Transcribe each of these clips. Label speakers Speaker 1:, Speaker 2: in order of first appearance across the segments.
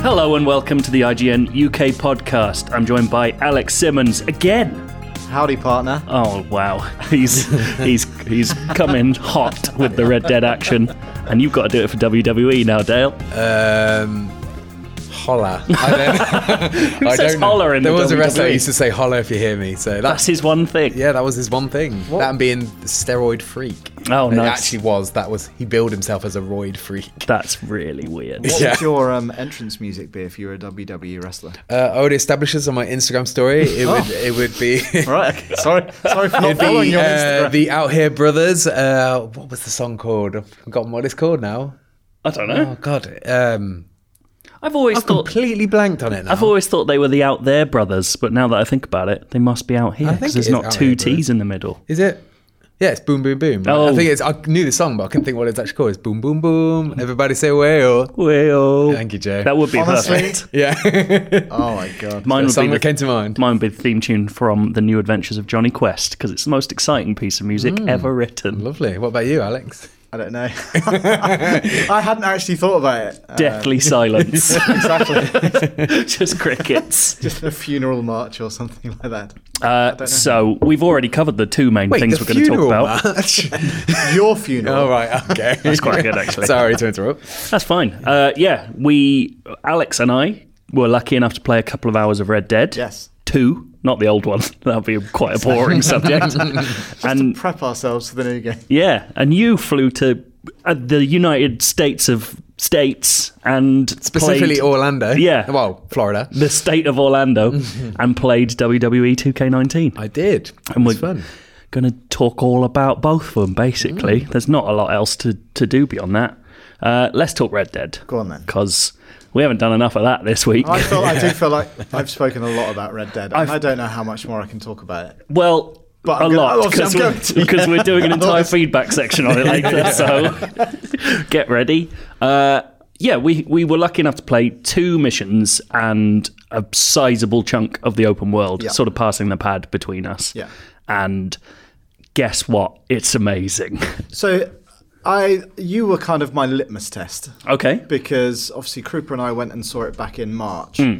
Speaker 1: Hello and welcome to the IGN UK podcast. I'm joined by Alex Simmons again.
Speaker 2: Howdy, partner.
Speaker 1: Oh wow, he's he's he's coming hot with the Red Dead action, and you've got to do it for WWE now, Dale.
Speaker 3: Um, holla. I don't, I
Speaker 1: says
Speaker 3: don't know.
Speaker 1: holla in
Speaker 3: There
Speaker 1: the
Speaker 3: was a wrestler
Speaker 1: WWE?
Speaker 3: that used to say holla if you hear me. So
Speaker 1: That's
Speaker 3: that's
Speaker 1: his one thing.
Speaker 3: yeah, that was his one thing. That and being the steroid freak.
Speaker 1: Oh,
Speaker 3: it
Speaker 1: nice.
Speaker 3: actually was. That was he billed himself as a roid freak.
Speaker 1: That's really weird.
Speaker 2: What
Speaker 3: Yeah.
Speaker 2: would your um, entrance music be if you were a WWE wrestler?
Speaker 3: Uh, I would establish this on my Instagram story. It
Speaker 1: Oh.
Speaker 3: would it would be.
Speaker 2: All right. okay. Sorry. Sorry for not
Speaker 3: It'd be,
Speaker 2: following your
Speaker 3: uh,
Speaker 2: Instagram.
Speaker 3: the Out Here Brothers. Uh, what was the song called? I've forgotten what it's called now.
Speaker 1: I don't know.
Speaker 3: Oh God, um,
Speaker 1: I've always
Speaker 3: I've
Speaker 1: thought
Speaker 3: completely blanked on it now.
Speaker 1: I've always thought they were the out there brothers, but now that I think about it, they must be out here
Speaker 3: I
Speaker 1: because
Speaker 3: think
Speaker 1: there's
Speaker 3: it is
Speaker 1: not
Speaker 3: out
Speaker 1: two
Speaker 3: here, bro.
Speaker 1: T's in the middle.
Speaker 3: Is it? Yeah, it's boom boom boom. right?
Speaker 1: Oh.
Speaker 3: I think it's. I knew the song, but I couldn't think what it's actually called. It's boom boom boom. Everybody say whale.
Speaker 1: Well,
Speaker 3: Thank you, Joe.
Speaker 1: that would be
Speaker 2: Honestly,
Speaker 1: perfect.
Speaker 3: yeah,
Speaker 2: oh my god.
Speaker 1: Mine would
Speaker 3: the
Speaker 1: be
Speaker 3: song
Speaker 1: the
Speaker 3: that came to mind.
Speaker 1: Mine would be the theme tune from The New Adventures of Johnny Quest because it's the most exciting piece of music
Speaker 3: Mm.
Speaker 1: ever written.
Speaker 3: Lovely. What about you, Alex?
Speaker 2: I don't know. I hadn't actually thought about it. Uh,
Speaker 1: Deathly silence,
Speaker 2: exactly.
Speaker 1: just crickets.
Speaker 2: Just a funeral march or something like that.
Speaker 1: Uh, so we've already covered the two main
Speaker 3: Wait,
Speaker 1: things
Speaker 3: the
Speaker 1: we're going to talk
Speaker 3: funeral
Speaker 1: about.
Speaker 3: Match?
Speaker 2: Your funeral.
Speaker 3: oh right, okay.
Speaker 1: That's quite good, actually.
Speaker 3: Sorry to interrupt.
Speaker 1: That's fine. Uh, yeah, we Alex and I were lucky enough to play a couple of hours of Red Dead.
Speaker 2: Yes.
Speaker 1: two, not the old one. That'd be quite a boring subject. and
Speaker 2: Prep ourselves for the new game.
Speaker 1: yeah, and you flew to uh, the United States of States and
Speaker 3: Specifically
Speaker 1: played
Speaker 3: Orlando.
Speaker 1: Yeah.
Speaker 3: Well, Florida.
Speaker 1: the state of Orlando and played E WWE 2K19.
Speaker 3: I did.
Speaker 1: And
Speaker 3: it was
Speaker 1: we're
Speaker 3: fun.
Speaker 1: going to talk all about both of them, basically.
Speaker 2: Mm.
Speaker 1: There's not a lot else to, to do beyond that. Uh, let's talk Red Dead.
Speaker 2: Go on then.
Speaker 1: Because we haven't done enough of that this week.
Speaker 2: I feel. I do feel like I've spoken a lot about Red Dead, and I don't know how much more I can talk about it.
Speaker 1: Well,
Speaker 2: But
Speaker 1: a
Speaker 2: I'm gonna-
Speaker 1: lot because
Speaker 2: obviously I'm
Speaker 1: we're,
Speaker 2: going to,
Speaker 1: because we're doing an entire
Speaker 2: Otherwise-
Speaker 1: feedback section on it later. so get ready. Uh, yeah, we we were lucky enough to play two missions and a sizable chunk of the open world,
Speaker 2: Yeah.
Speaker 1: sort of passing the pad between us.
Speaker 2: Yeah.
Speaker 1: and. Guess what? It's amazing.
Speaker 2: So, I you were kind of my litmus test.
Speaker 1: Okay.
Speaker 2: because obviously Krupa and I went and saw it back in March.
Speaker 1: Hmm.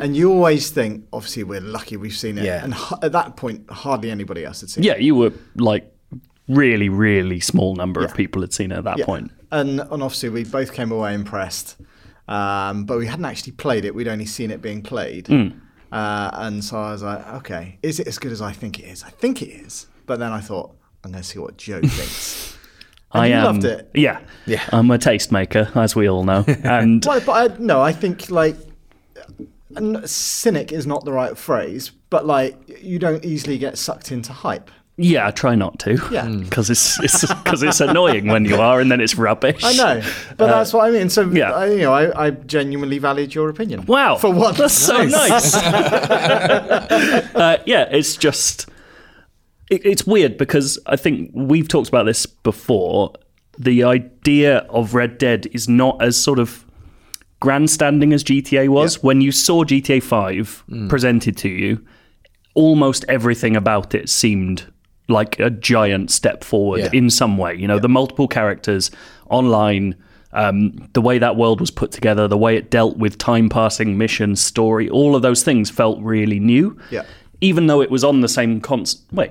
Speaker 2: And you always think, obviously, we're lucky we've seen it.
Speaker 3: Yeah.
Speaker 2: And h- at that point, hardly anybody else had seen it.
Speaker 1: Yeah, you were like really, really small number of people had seen it at that
Speaker 2: Yeah.
Speaker 1: point.
Speaker 2: And, and obviously, we both came away impressed. Um, but we hadn't actually played it, we'd only seen it being played.
Speaker 1: Hmm.
Speaker 2: Uh, and so I was like, okay, is it as good as I think it is? I think it is. But then I thought, I'm going to see what Joe thinks. And
Speaker 1: I
Speaker 2: you
Speaker 1: am,
Speaker 2: loved it.
Speaker 1: Yeah,
Speaker 3: Yeah.
Speaker 1: I'm a tastemaker, as we all know, and
Speaker 2: Well, but I, no, I think like n- cynic is not the right phrase, but like you don't easily get sucked into hype.
Speaker 1: Yeah, I try not to.
Speaker 2: Yeah. Mm.
Speaker 1: because it's it's because it's annoying when you are, and then it's rubbish.
Speaker 2: I know, but that's what I mean. So
Speaker 1: Uh, yeah.
Speaker 2: I, you know, I, I genuinely valued your opinion.
Speaker 1: Wow,
Speaker 2: for what?
Speaker 1: That's so nice. uh, yeah, it's just it, it's weird because I think we've talked about this before. The idea of Red Dead is not as sort of grandstanding as GTA was. When you saw GTA Five presented to you, almost everything about it seemed like a giant step forward
Speaker 3: Yeah.
Speaker 1: in some way. You know, the multiple characters online, um, the way that world was put together, the way it dealt with time passing, mission, story, all of those things felt really new.
Speaker 2: Yeah.
Speaker 1: Even though it was on the same cons. Wait,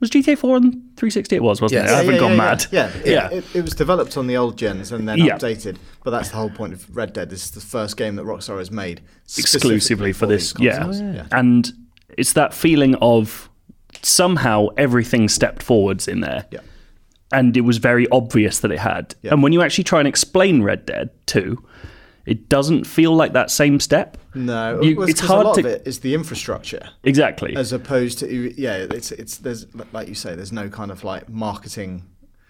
Speaker 1: was GTA 4 on 360? It was, wasn't it?
Speaker 3: Yes.
Speaker 1: I
Speaker 3: Yeah,
Speaker 1: haven't
Speaker 2: yeah,
Speaker 1: gone
Speaker 2: yeah,
Speaker 1: mad.
Speaker 2: Yeah, yeah. It,
Speaker 1: yeah.
Speaker 2: It, it was developed on the old gens and then
Speaker 1: Yeah.
Speaker 2: updated, but that's the whole point of Red Dead. This is the first game that Rockstar has made
Speaker 1: exclusively for this.
Speaker 2: these
Speaker 1: Yeah.
Speaker 2: consoles.
Speaker 1: and it's that feeling of somehow everything stepped forwards in there,
Speaker 2: Yeah.
Speaker 1: and it was very obvious that it had.
Speaker 2: Yeah.
Speaker 1: And when you actually try and explain Red Dead Two, it doesn't feel like that same step.
Speaker 2: No,
Speaker 1: You-
Speaker 2: well,
Speaker 1: it's
Speaker 2: it's, hard a
Speaker 1: hard
Speaker 2: lot
Speaker 1: to
Speaker 2: of it is the infrastructure.
Speaker 1: exactly.
Speaker 2: as opposed to yeah it's it's there's like you say there's no kind of like marketing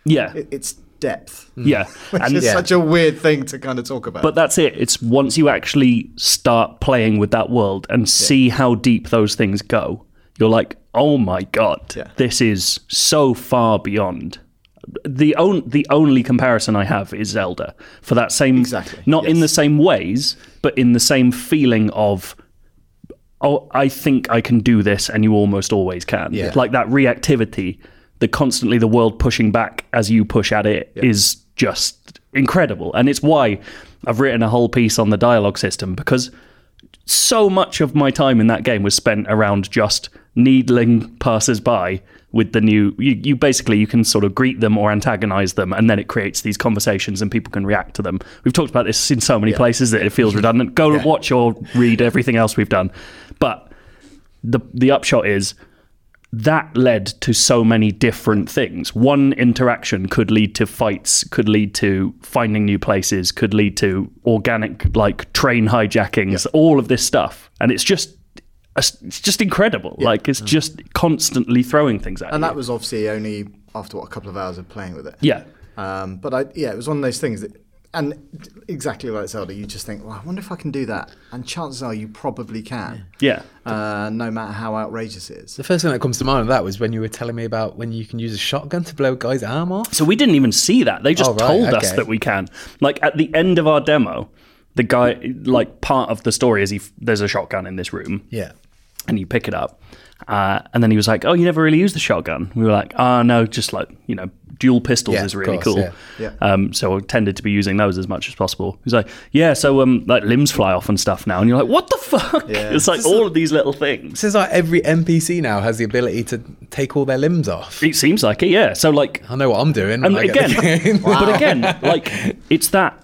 Speaker 1: yeah,
Speaker 2: it, it's depth
Speaker 1: yeah, Mm. and
Speaker 2: it's such a weird thing to kind of talk about
Speaker 1: But that's it. It's once you actually start playing with that world and see how deep those things go, you're like, oh my god,
Speaker 2: Yeah.
Speaker 1: this is so far beyond. The on, the only comparison I have is Zelda for that same
Speaker 2: Exactly,
Speaker 1: not in
Speaker 2: yes.
Speaker 1: the same ways, but in the same feeling of oh, I think I can do this, and you almost always can.
Speaker 3: Yeah.
Speaker 1: Like that reactivity, the constantly the world pushing back as you push at it is just incredible, and it's why I've written a whole piece on the dialogue system because so much of my time in that game was spent around just needling passersby with the new you, you basically you can sort of greet them or antagonize them and then it creates these conversations and people can react to them we've talked about this in so many places that it feels redundant go and watch or read everything else we've done but the the upshot is that led to so many different things. One interaction could lead to fights, could lead to finding new places, could lead to organic like train hijackings, all of this stuff. And it's just it's just incredible. Like it's just constantly throwing things at
Speaker 2: And
Speaker 1: you.
Speaker 2: that was obviously only after what a couple of hours of playing with it.
Speaker 1: yeah.
Speaker 2: Um, but I, yeah, it was one of those things that, and exactly like Zelda, you just think, well, I wonder if I can do that. And chances are you probably can.
Speaker 1: Yeah.
Speaker 2: Uh, no matter how outrageous it is.
Speaker 3: The first thing that comes to mind of that was when you were telling me about when you can use a shotgun to blow a guy's arm off.
Speaker 1: So we didn't even see that. They just
Speaker 3: Oh, right,
Speaker 1: told us
Speaker 3: okay.
Speaker 1: that we can. Like at the end of our demo, the guy like part of the story is he f- there's a shotgun in this room.
Speaker 3: Yeah.
Speaker 1: and you pick it up. Uh, and then he was like, "Oh, you never really used the shotgun." We were like, "Oh no, just like you know, dual pistols
Speaker 3: Yeah,
Speaker 1: is
Speaker 3: of
Speaker 1: really
Speaker 3: course,
Speaker 1: cool."
Speaker 3: yeah.
Speaker 2: Yeah.
Speaker 1: Um, so I tended to be using those as much as possible. He's like, "Yeah, so um, like limbs fly off and stuff now," and you're like, "What the fuck?"
Speaker 2: Yeah.
Speaker 1: It's like all of these little things.
Speaker 3: This is like every NPC now has the ability to take all their limbs off.
Speaker 1: It seems like it, yeah. So like,
Speaker 3: I know what I'm doing. when
Speaker 1: and
Speaker 3: I get
Speaker 1: again,
Speaker 3: the game.
Speaker 1: but again, like it's that.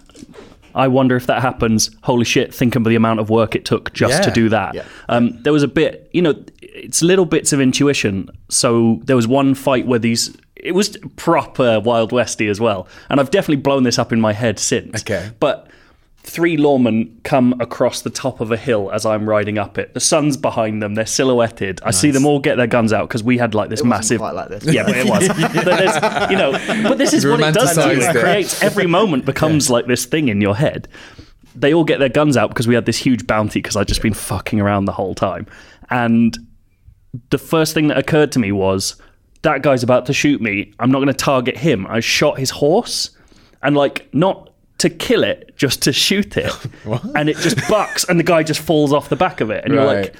Speaker 1: I wonder if that happens. Holy shit! Think of the amount of work it took just to
Speaker 3: Yeah.
Speaker 1: do that.
Speaker 2: Yeah.
Speaker 1: Um, there was a bit, you know, it's little bits of intuition. So there was one fight where these. It was proper Wild Westy as well, and I've definitely blown this up in my head since.
Speaker 3: Okay.
Speaker 1: but. Three lawmen come across the top of a hill as I'm riding up it. The sun's behind them. They're silhouetted. I see them all get their guns out because we had like this massive.
Speaker 2: quite like this.
Speaker 1: Yeah, but it was. but, there's- you know, but this is
Speaker 3: You
Speaker 1: what it does to you.
Speaker 3: romanticised
Speaker 1: It
Speaker 3: it.
Speaker 1: creates every moment becomes like this thing in your head. They all get their guns out because we had this huge bounty because I'd just been fucking around the whole time. And the first thing that occurred to me was that guy's about to shoot me. I'm not going to target him. I shot his horse and, like, not to kill it, just to shoot it. and it just bucks and the guy just falls off the back of it. And you're
Speaker 3: Right.
Speaker 1: like,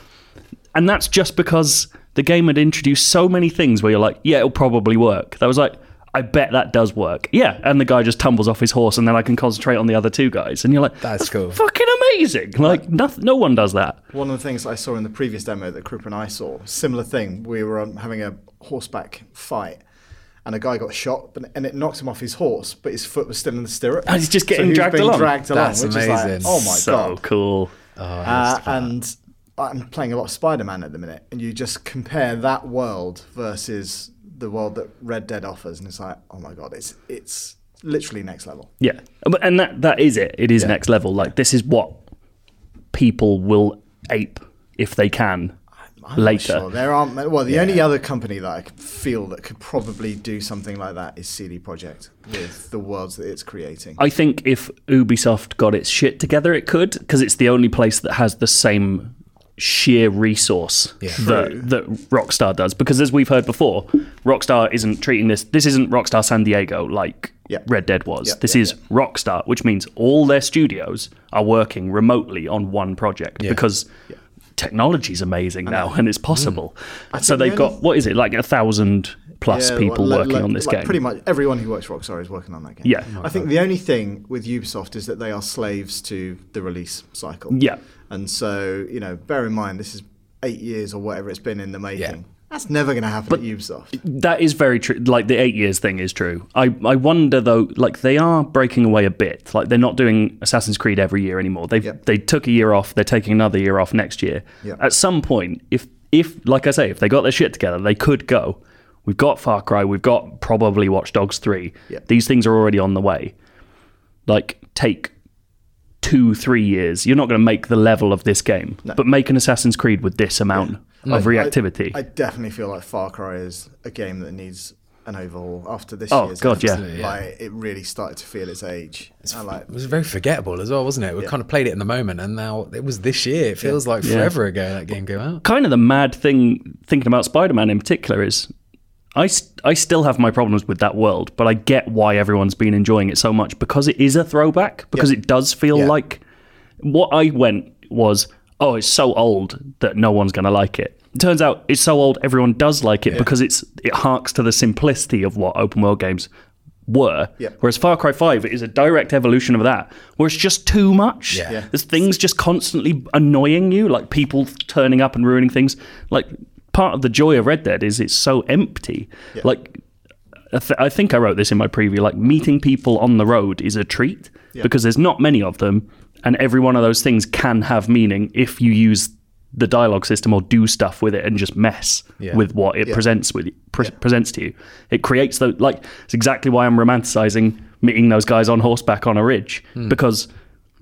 Speaker 1: and that's just because the game had introduced so many things where you're like, yeah, it'll probably work. That was like, I bet that does work. Yeah, and the guy just tumbles off his horse, and then I can concentrate on the other two guys. And you're like,
Speaker 3: That's cool.
Speaker 1: fucking amazing. Like, noth- no one does that.
Speaker 2: One of the things I saw in the previous demo that Krupa and I saw, similar thing. We were um, having a horseback fight, and a guy got shot, but, and it knocked him off his horse, but his foot was still in the stirrup.
Speaker 1: And he's just getting
Speaker 2: he was
Speaker 1: dragged
Speaker 2: being
Speaker 1: along.
Speaker 2: dragged along,
Speaker 3: That's
Speaker 2: which is like,
Speaker 3: amazing.
Speaker 2: oh my
Speaker 1: so
Speaker 2: god!
Speaker 1: cool.
Speaker 2: Uh, and I'm playing a lot of Spider-Man at the minute, and you just compare that world versus the world that Red Dead offers, and it's like, oh my god, it's it's literally next level.
Speaker 1: Yeah, but and that that is it. It is next level. Like, this is what people will ape if they can
Speaker 2: I'm not
Speaker 1: later.
Speaker 2: sure. There aren't ma- well. The only other company that I could feel that could probably do something like that is CD Projekt with the worlds that it's creating.
Speaker 1: I think if Ubisoft got its shit together, it could because it's the only place that has the same sheer resource that, that Rockstar does. Because as we've heard before, Rockstar isn't treating this. This isn't Rockstar San Diego like
Speaker 2: Yeah.
Speaker 1: Red Dead was.
Speaker 2: Yeah,
Speaker 1: this
Speaker 2: yeah,
Speaker 1: is Rockstar, which means all their studios are working remotely on one project because. Technology's amazing now, and it's possible. So
Speaker 2: Mm. think the
Speaker 1: they've got
Speaker 2: only-
Speaker 1: what is it like a thousand plus
Speaker 2: Yeah,
Speaker 1: people
Speaker 2: like-
Speaker 1: working
Speaker 2: like-
Speaker 1: on this
Speaker 2: like
Speaker 1: game?
Speaker 2: Pretty much everyone who works Rockstar is working on that game.
Speaker 1: Yeah.
Speaker 2: I think the only thing with Ubisoft is that they are slaves to the release cycle.
Speaker 1: Yeah.
Speaker 2: And so you know, bear in mind this is eight years or whatever it's been in the making. That's never going to happen at Ubisoft.
Speaker 1: That is very true. Like the eight years thing is true. I, I wonder though, like they are breaking away a bit. Like they're not doing Assassin's Creed every year anymore. They
Speaker 2: Yep.
Speaker 1: they took a year off. They're taking another year off next year.
Speaker 2: Yep.
Speaker 1: At some point, if if like I say, if they got their shit together, they could go. We've got Far Cry. We've got probably Watch Dogs three.
Speaker 2: Yep.
Speaker 1: These things are already on the way. Like take two three years. You're not going to make the level of this game, but make an Assassin's Creed with this amount of reactivity.
Speaker 2: I definitely feel like Far Cry is a game that needs an overhaul after this
Speaker 1: Oh,
Speaker 2: year's.
Speaker 1: God, yeah.
Speaker 2: Absolutely, Like it really started to feel its age. I like
Speaker 3: It was very forgettable as well, wasn't it? We kind of played it in the moment, and now it was this year. It feels like forever ago that game came out.
Speaker 1: kind of the mad thing thinking about Spider-Man in particular is I, st- I still have my problems with that world, but I get why everyone's been enjoying it so much because it is a throwback because it does feel
Speaker 2: Yeah.
Speaker 1: like what I went was oh it's so old that no one's going to like it. it. Turns out it's so old everyone does like it because it's it harks to the simplicity of what open world games were.
Speaker 2: Yeah.
Speaker 1: Whereas Far Cry 5 is a direct evolution of that, where it's just too much.
Speaker 3: Yeah. Yeah.
Speaker 1: There's things just constantly annoying you, like people turning up and ruining things. Like part of the joy of Red Dead is it's so empty. Like I, th- I think I wrote this in my preview. Like meeting people on the road is a treat because there's not many of them, and every one of those things can have meaning if you use the dialogue system or do stuff with it and just mess
Speaker 3: Yeah.
Speaker 1: with what it presents with pre- presents to you. It creates those like it's exactly why I'm romanticizing meeting those guys on horseback on a ridge
Speaker 3: Hmm.
Speaker 1: because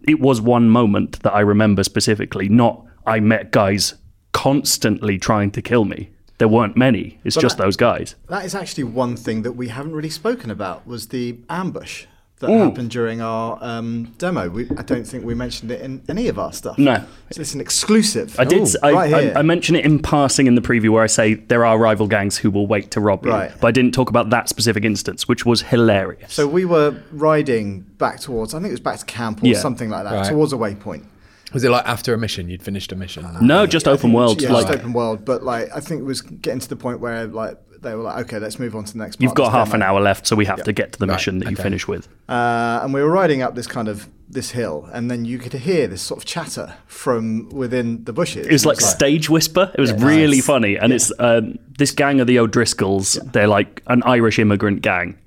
Speaker 1: it was one moment that I remember specifically. Not I met guys constantly trying to kill me. There weren't many. It's just
Speaker 2: that-
Speaker 1: those guys.
Speaker 2: That is actually one thing that we haven't really spoken about was the ambush that happened during our um, demo. We, I don't think we mentioned it in any of our stuff.
Speaker 1: No.
Speaker 2: so it's an exclusive.
Speaker 1: I did. I,
Speaker 2: right
Speaker 1: I,
Speaker 2: here.
Speaker 1: I mention it in passing in the preview where I say there are rival gangs who will wait to rob you,
Speaker 2: Right.
Speaker 1: but I didn't talk about that specific instance, which was hilarious.
Speaker 2: so we were riding back towards. I think it was back to camp or
Speaker 1: Yeah.
Speaker 2: something like that,
Speaker 3: Right.
Speaker 2: towards a waypoint.
Speaker 3: Was it like after a mission? You'd finished a mission.
Speaker 1: no, just open world.
Speaker 2: Yeah,
Speaker 1: like
Speaker 2: just open world. But like, I think it was getting to the point where like they were like, okay, let's move on to the next. Part
Speaker 1: you've got half an
Speaker 2: hour.
Speaker 1: hour left, so we have to get to the
Speaker 3: Right,
Speaker 1: mission that you
Speaker 3: okay.
Speaker 1: finish with.
Speaker 2: uh, and we were riding up this kind of this hill, and then you could hear this sort of chatter from within the bushes.
Speaker 1: It was like stage whisper. It was really
Speaker 2: Nice.
Speaker 1: funny, and it's um, this gang of the O'Driscolls. They're like an Irish immigrant gang,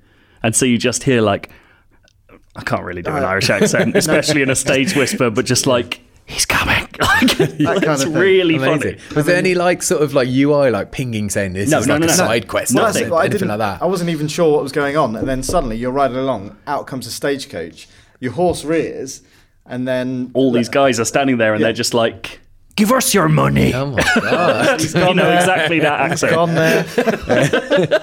Speaker 1: and so you just hear like I can't really do an
Speaker 2: Uh,
Speaker 1: Irish accent, especially in a stage whisper, but just like he's coming. Like,
Speaker 2: of
Speaker 1: it's
Speaker 2: thing.
Speaker 1: really
Speaker 3: Amazing.
Speaker 1: funny.
Speaker 3: Was there any like sort of like UI like pinging saying this
Speaker 1: No,
Speaker 3: is
Speaker 1: no,
Speaker 3: like
Speaker 1: no,
Speaker 3: a
Speaker 1: no.
Speaker 3: side quest?
Speaker 1: Well,
Speaker 3: or
Speaker 1: that's
Speaker 3: something,
Speaker 1: what
Speaker 2: I
Speaker 3: anything
Speaker 2: didn't-
Speaker 3: like that.
Speaker 2: I wasn't even sure what was going on, and then suddenly you're riding along. Out comes a stagecoach. Your horse rears, and then
Speaker 1: all these guys are standing there and they're just like, "Give us your money."
Speaker 3: Oh my god!
Speaker 1: you know exactly that accent.
Speaker 2: gone there.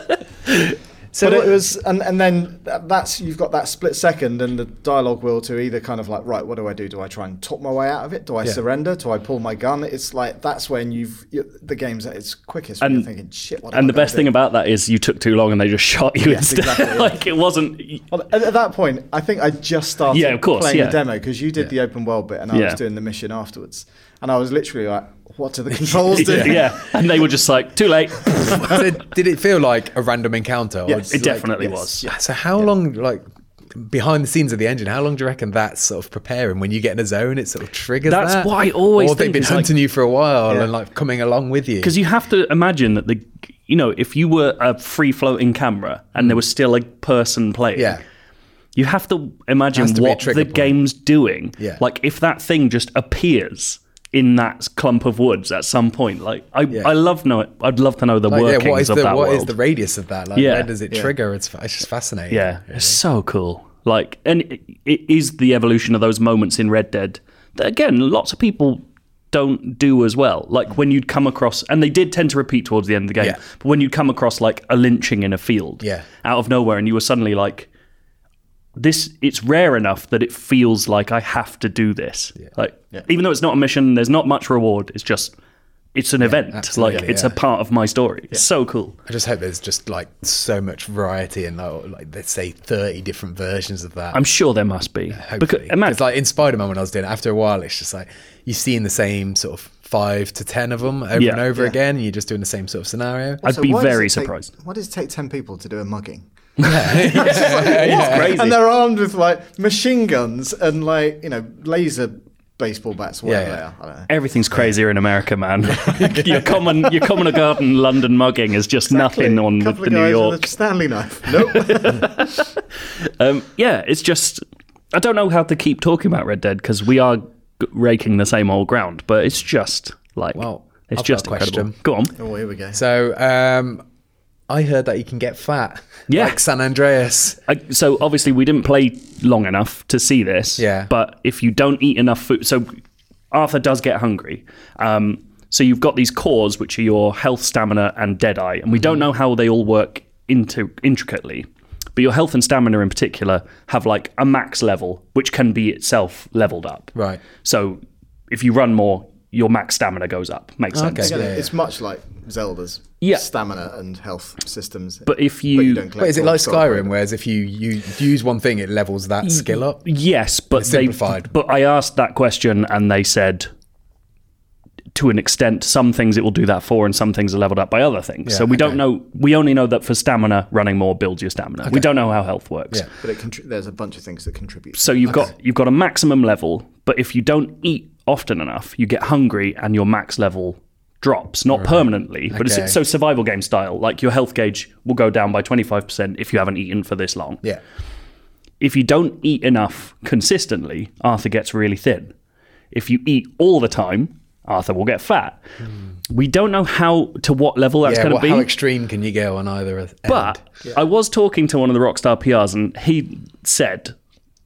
Speaker 3: so
Speaker 2: but
Speaker 3: what-
Speaker 2: it was, and, and then that- that's you've got that split second and the dialogue will to either kind of like, right, what do I do? Do I try and talk my way out of it? Do I surrender? Do I pull my gun? It's like that's when you've you the game's at its quickest. When you're thinking, shit, what? am
Speaker 1: And
Speaker 2: I
Speaker 1: the best
Speaker 2: gonna
Speaker 1: thing
Speaker 2: do?
Speaker 1: about that is you took too long and they just shot you instead.
Speaker 2: exactly, yeah.
Speaker 1: like it wasn't.
Speaker 2: Well, at, at that point, I think I just started
Speaker 1: Yeah, of course,
Speaker 2: playing
Speaker 1: yeah.
Speaker 2: the demo because you did the open world bit and I
Speaker 1: Yeah.
Speaker 2: was doing the mission afterwards, and I was literally like, what do the controls do?
Speaker 1: Yeah. and they were just like, "Too late."
Speaker 3: so did it feel like a random encounter? or
Speaker 2: Yes.
Speaker 3: just
Speaker 1: It
Speaker 3: like-
Speaker 1: definitely
Speaker 2: yes,
Speaker 1: was.
Speaker 2: yeah.
Speaker 3: So how long, like behind the scenes of the engine, how long do you reckon that's sort of preparing? When you get in a zone, it sort of triggers.
Speaker 1: That's
Speaker 3: that?
Speaker 1: what I always
Speaker 3: Or they've
Speaker 1: think
Speaker 3: been
Speaker 1: is, like-
Speaker 3: hunting you for a while
Speaker 2: Yeah.
Speaker 3: and like coming along with you.
Speaker 1: Because you have to imagine that the, you know, if you were a free floating camera and there was still a person playing,
Speaker 3: Mm. yeah,
Speaker 1: you have to imagine
Speaker 3: Has to be a
Speaker 1: what the
Speaker 3: trigger point.
Speaker 1: game's doing.
Speaker 3: Yeah.
Speaker 1: Like if that thing just appears in that clump of woods at some point, like I, I love know I'd love to know the
Speaker 3: like,
Speaker 1: workings
Speaker 3: yeah. What is
Speaker 1: of
Speaker 3: the
Speaker 1: that
Speaker 3: what is
Speaker 1: world.
Speaker 3: the radius of that? Like,
Speaker 1: Yeah.
Speaker 3: where does it trigger? It's, it's just fascinating.
Speaker 1: Yeah, it's so cool. Like, and it, it is the evolution of those moments in Red Dead that, again, lots of people don't do as well. Like when you'd come across, and they did tend to repeat towards the end of the game.
Speaker 3: Yeah.
Speaker 1: But when you'd come across like a lynching in a field,
Speaker 3: Yeah.
Speaker 1: out of nowhere, and you were suddenly like, this it's rare enough that it feels like I have to do this. Like even though it's not a mission, there's not much reward. It's just it's an event. Like
Speaker 3: absolutely,
Speaker 1: it's a
Speaker 3: yeah.
Speaker 1: part of my story. It's so cool.
Speaker 3: I just hope there's just like so much variety and like, like let's say thirty different versions of that.
Speaker 1: I'm sure there must be.
Speaker 3: Hopefully.
Speaker 1: imagine,
Speaker 3: It's like in Spider Man when I was doing it, after a while, it's just like you've seen the same sort of five to 10 of them over
Speaker 1: Yeah.
Speaker 3: and over
Speaker 2: Yeah.
Speaker 3: again, and you're just doing the same sort of scenario.
Speaker 1: I'd
Speaker 2: So
Speaker 1: be
Speaker 2: why does
Speaker 1: very
Speaker 2: it take-
Speaker 1: surprised.
Speaker 2: Why does it take ten people to do a mugging?
Speaker 1: It's crazy.
Speaker 2: And they're armed with like machine guns and like you know laser baseball bats. or Whatever
Speaker 3: Yeah,
Speaker 2: they
Speaker 3: yeah.
Speaker 2: are. I don't know.
Speaker 1: Everything's crazier in America, man. your common, your common garden London mugging is just nothing on the,
Speaker 2: Couple
Speaker 1: the
Speaker 2: of
Speaker 1: New
Speaker 2: guys
Speaker 1: York.
Speaker 2: With a Stanley knife. Nope.
Speaker 1: Um, yeah, it's just I don't know how to keep talking about Red Dead because we are g- raking the same old ground, but it's just like
Speaker 3: Well,
Speaker 1: it's
Speaker 3: I've got
Speaker 1: just
Speaker 3: a
Speaker 1: incredible.
Speaker 3: question.
Speaker 1: Go on.
Speaker 2: oh, here we go.
Speaker 3: So, um, I heard that you can get fat.
Speaker 1: Yeah.
Speaker 3: Like San Andreas.
Speaker 1: I, so obviously we didn't play long enough to see this.
Speaker 3: Yeah.
Speaker 1: But if you don't eat enough food, so Arthur does get hungry. Um, so you've got these cores, which are your health, stamina, and deadeye, and we don't know how they all work into intricately. But your health and stamina, in particular, have like a max level, which can be itself leveled up.
Speaker 3: Right.
Speaker 1: So if you run more, your max stamina goes up. Makes sense.
Speaker 3: Okay.
Speaker 2: Yeah,
Speaker 3: Yeah, yeah.
Speaker 2: It's much like Zelda's
Speaker 1: Yeah.
Speaker 2: stamina and health systems.
Speaker 1: But if you,
Speaker 2: you don't collect
Speaker 3: But is it
Speaker 2: all
Speaker 3: like
Speaker 2: the gold.
Speaker 3: Skyrim, whereas if you, you use one thing, it levels
Speaker 1: Mm,
Speaker 3: that skill up?
Speaker 1: Yes, but they
Speaker 3: simplified.
Speaker 1: but I asked that question and they said to an extent, some things it will do that for, and some things are leveled up by other things.
Speaker 3: Yeah,
Speaker 1: so we don't
Speaker 3: okay.
Speaker 1: know. We only know that for stamina, running more builds your stamina. We don't know how health works.
Speaker 3: Yeah.
Speaker 2: But it contri- there's a bunch of things that contribute.
Speaker 1: So you've got you've got a maximum level, but if you don't eat often enough, you get hungry and your max level drops, not permanently, but
Speaker 3: Okay.
Speaker 1: it's so survival game style. Like your health gauge will go down by twenty five percent if you haven't eaten for this long.
Speaker 3: Yeah.
Speaker 1: If you don't eat enough consistently, Arthur gets really thin. If you eat all the time, Arthur will get fat.
Speaker 2: Hmm.
Speaker 1: We don't know how to what level that's
Speaker 3: Yeah,
Speaker 1: going to
Speaker 3: what-
Speaker 1: be.
Speaker 3: how extreme can you go on either end?
Speaker 1: But I was talking to one of the Rockstar PRs, and he said,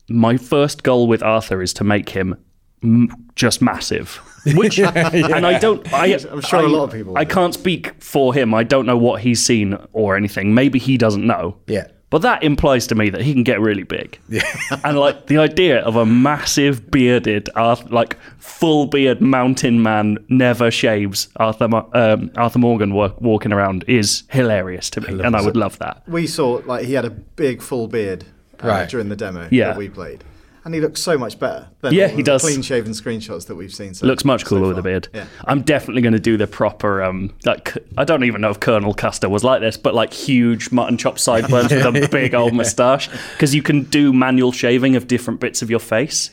Speaker 1: "My first goal with Arthur is to make him m- just massive." Which, and I don't. I,
Speaker 2: I'm sure
Speaker 1: a
Speaker 2: a lot of people
Speaker 1: I
Speaker 2: do.
Speaker 1: can't speak for him. I don't know what he's seen or anything. Maybe he doesn't know.
Speaker 3: Yeah.
Speaker 1: But that implies to me that he can get really big. Yeah. and like the idea of a massive bearded, Arth- like full beard mountain man, never shaves Arthur Mo- um, Arthur Morgan wa- walking around is hilarious to me, and I would love that.
Speaker 2: we saw like he had a big full beard uh,
Speaker 3: Right.
Speaker 2: during the demo
Speaker 1: Yeah.
Speaker 2: that we played, and he looks so much better than
Speaker 1: Yeah,
Speaker 2: all
Speaker 1: he
Speaker 2: the
Speaker 1: does.
Speaker 2: clean-shaven screenshots that we've seen. So
Speaker 1: Looks much
Speaker 2: so
Speaker 1: cooler with a
Speaker 2: far.
Speaker 1: beard.
Speaker 2: Yeah.
Speaker 1: I'm definitely going to do the proper. Um, like I don't even know if Colonel Custer was like this, but like huge mutton chop sideburns with a big old moustache, because you can do manual shaving of different bits of your face.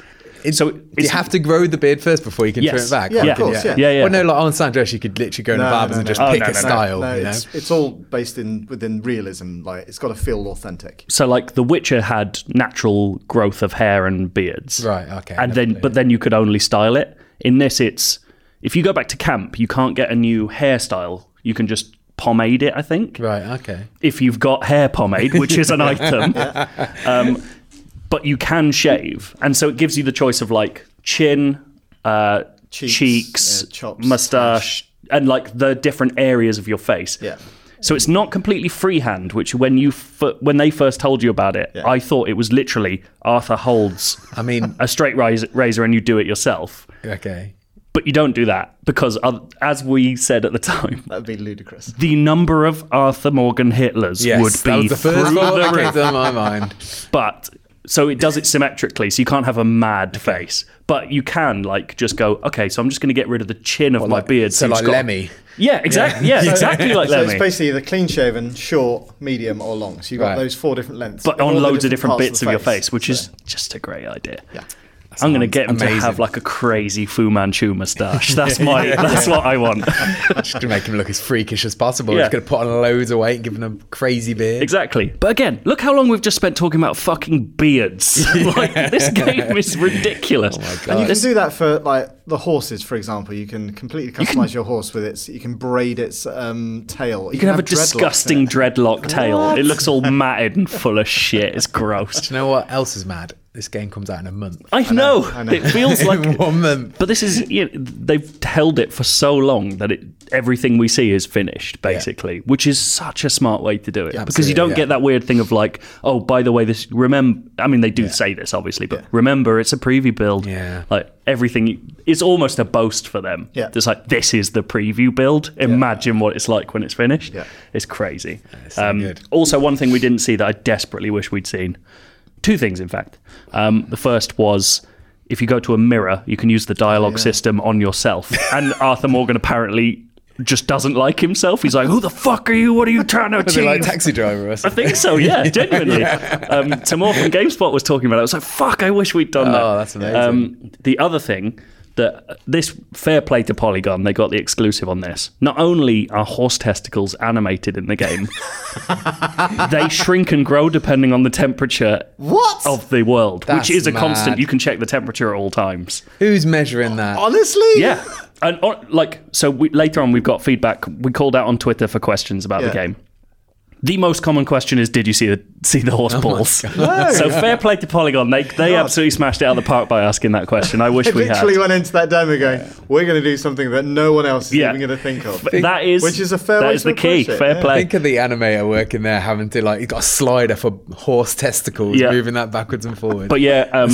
Speaker 1: so
Speaker 3: you have to grow the beard first before you can
Speaker 1: Yes.
Speaker 3: trim it back.
Speaker 2: Yeah, of
Speaker 3: Like,
Speaker 2: course, yeah.
Speaker 1: Yeah, yeah.
Speaker 3: Well, no, like on San Andreas, you could literally go in the
Speaker 2: No,
Speaker 3: barbers
Speaker 2: no,
Speaker 3: and
Speaker 2: no.
Speaker 3: just
Speaker 1: Oh,
Speaker 3: pick
Speaker 1: no,
Speaker 3: a
Speaker 1: no, no.
Speaker 3: style.
Speaker 2: No,
Speaker 3: you know?
Speaker 2: it's, it's all based in within realism. Like it's got to feel authentic.
Speaker 1: so like The Witcher had natural growth of hair and beards,
Speaker 3: Right, okay,
Speaker 1: and
Speaker 3: never
Speaker 1: then but then you could only style it. In this, it's if you go back to camp, you can't get a new hairstyle. You can just pomade it, I think.
Speaker 3: Right, okay.
Speaker 1: if you've got hair pomade, which is an item. Um, but you can shave, and so it gives you the choice of like chin, uh,
Speaker 2: Cheeks,
Speaker 1: cheeks,
Speaker 2: yeah, chops,
Speaker 1: mustache, and like the different areas of your face.
Speaker 2: Yeah.
Speaker 1: So it's not completely freehand, which when you f- when they first told you about it, I thought it was literally Arthur holds
Speaker 3: I mean,
Speaker 1: a straight razor, razor and you do it yourself.
Speaker 3: okay.
Speaker 1: But you don't do that because, uh, as we said at the time,
Speaker 2: That would be ludicrous.
Speaker 1: the number of Arthur Morgan Hitlers
Speaker 3: Yes,
Speaker 1: would be
Speaker 3: that was the first
Speaker 1: through
Speaker 3: one
Speaker 1: the
Speaker 3: that came
Speaker 1: roof.
Speaker 3: to my mind.
Speaker 1: But so it does it symmetrically, so you can't have a mad face. But you can like just go, okay, so I'm just going to get rid of the chin of my beard.
Speaker 3: So
Speaker 1: you've
Speaker 3: like
Speaker 1: got-"
Speaker 3: Lemmy.
Speaker 1: Yeah, exactly. Yeah, exactly like
Speaker 2: So
Speaker 1: Lemmy.
Speaker 2: it's basically the clean shaven, short, medium, or long. So you've got
Speaker 3: Right.
Speaker 2: those four different lengths.
Speaker 1: but
Speaker 2: in all
Speaker 1: on
Speaker 2: the
Speaker 1: loads of different
Speaker 2: parts
Speaker 1: bits of, your face, which is just a great idea.
Speaker 2: Yeah.
Speaker 1: I'm going to get him
Speaker 3: amazing.
Speaker 1: to have like a crazy Fu Manchu moustache. That's my. That's what I want.
Speaker 3: Just to make him look as freakish as possible.
Speaker 1: Yeah.
Speaker 3: Just going to put on loads of weight and give him a crazy beard.
Speaker 1: Exactly. But again, look how long we've just spent talking about fucking beards. like this game is ridiculous.
Speaker 2: And you can do that for like the horses, for example. You can completely customize your horse with its. You can braid its um, tail.
Speaker 1: You can have, a disgusting dreadlock tail. It looks all matted and full of shit. It's gross.
Speaker 3: Do you know what else is mad? This game comes out in a month.
Speaker 1: I know.
Speaker 2: I know.
Speaker 1: It feels like.
Speaker 3: One month.
Speaker 1: But this is you know, they've held it for so long that it everything we see is finished basically, which is such a smart way to do it because you
Speaker 3: absolutely,
Speaker 1: don't
Speaker 3: yeah.
Speaker 1: get that weird thing of like, oh, by the way, this remember. I mean, they do say this obviously, but remember, it's a preview build.
Speaker 3: Yeah.
Speaker 1: like everything. It's almost a boast for them.
Speaker 2: Yeah.
Speaker 1: it's like this is the preview build. Imagine what it's like when it's finished.
Speaker 2: Yeah.
Speaker 1: it's crazy. Um,
Speaker 3: so good.
Speaker 1: Also, one thing we didn't see that I desperately wish we'd seen. Two things, in fact. Um, the first was if you go to a mirror, you can use the dialogue system on yourself. And Arthur Morgan apparently just doesn't like himself. He's like, "Who the fuck are you? What are you trying to
Speaker 3: It'd be
Speaker 1: achieve?"
Speaker 3: like taxi driver or
Speaker 1: I
Speaker 3: something.
Speaker 1: think so, yeah, genuinely. Um, Tim Moore from GameSpot was talking about it. I was like, fuck, I wish we'd done that.
Speaker 3: Oh, that's amazing.
Speaker 1: Um, the other thing that uh, this fair play to Polygon, they got the exclusive on this. Not only are horse testicles animated in the game, they shrink and grow depending on the temperature
Speaker 2: What?
Speaker 1: of the world,
Speaker 3: That's
Speaker 1: which is a constant.
Speaker 3: mad.
Speaker 1: You can check the temperature at all times.
Speaker 3: Who's measuring that?
Speaker 1: Oh,
Speaker 2: Honestly?
Speaker 1: Yeah, and on, like so. We, later on, we've got feedback. We called out on Twitter for questions about
Speaker 2: Yeah.
Speaker 1: the game. The most common question is, "Did you see the see the
Speaker 3: Oh
Speaker 1: horse balls?" so fair play to Polygon. They they absolutely smashed it out of the park by asking that question. I wish
Speaker 2: It
Speaker 1: we had.
Speaker 2: literally went into that demo going, we're going to do something that no one else is
Speaker 1: Yeah.
Speaker 2: even going to think of.
Speaker 1: That is
Speaker 2: Which is a fair
Speaker 1: That
Speaker 2: way
Speaker 1: is
Speaker 2: to
Speaker 1: the key.
Speaker 2: approach it,
Speaker 1: Fair
Speaker 2: yeah.
Speaker 1: play.
Speaker 3: Think of the animator working there having to like he's got a slider for horse testicles,
Speaker 1: Yeah.
Speaker 3: moving that backwards and forwards.
Speaker 1: But yeah, um,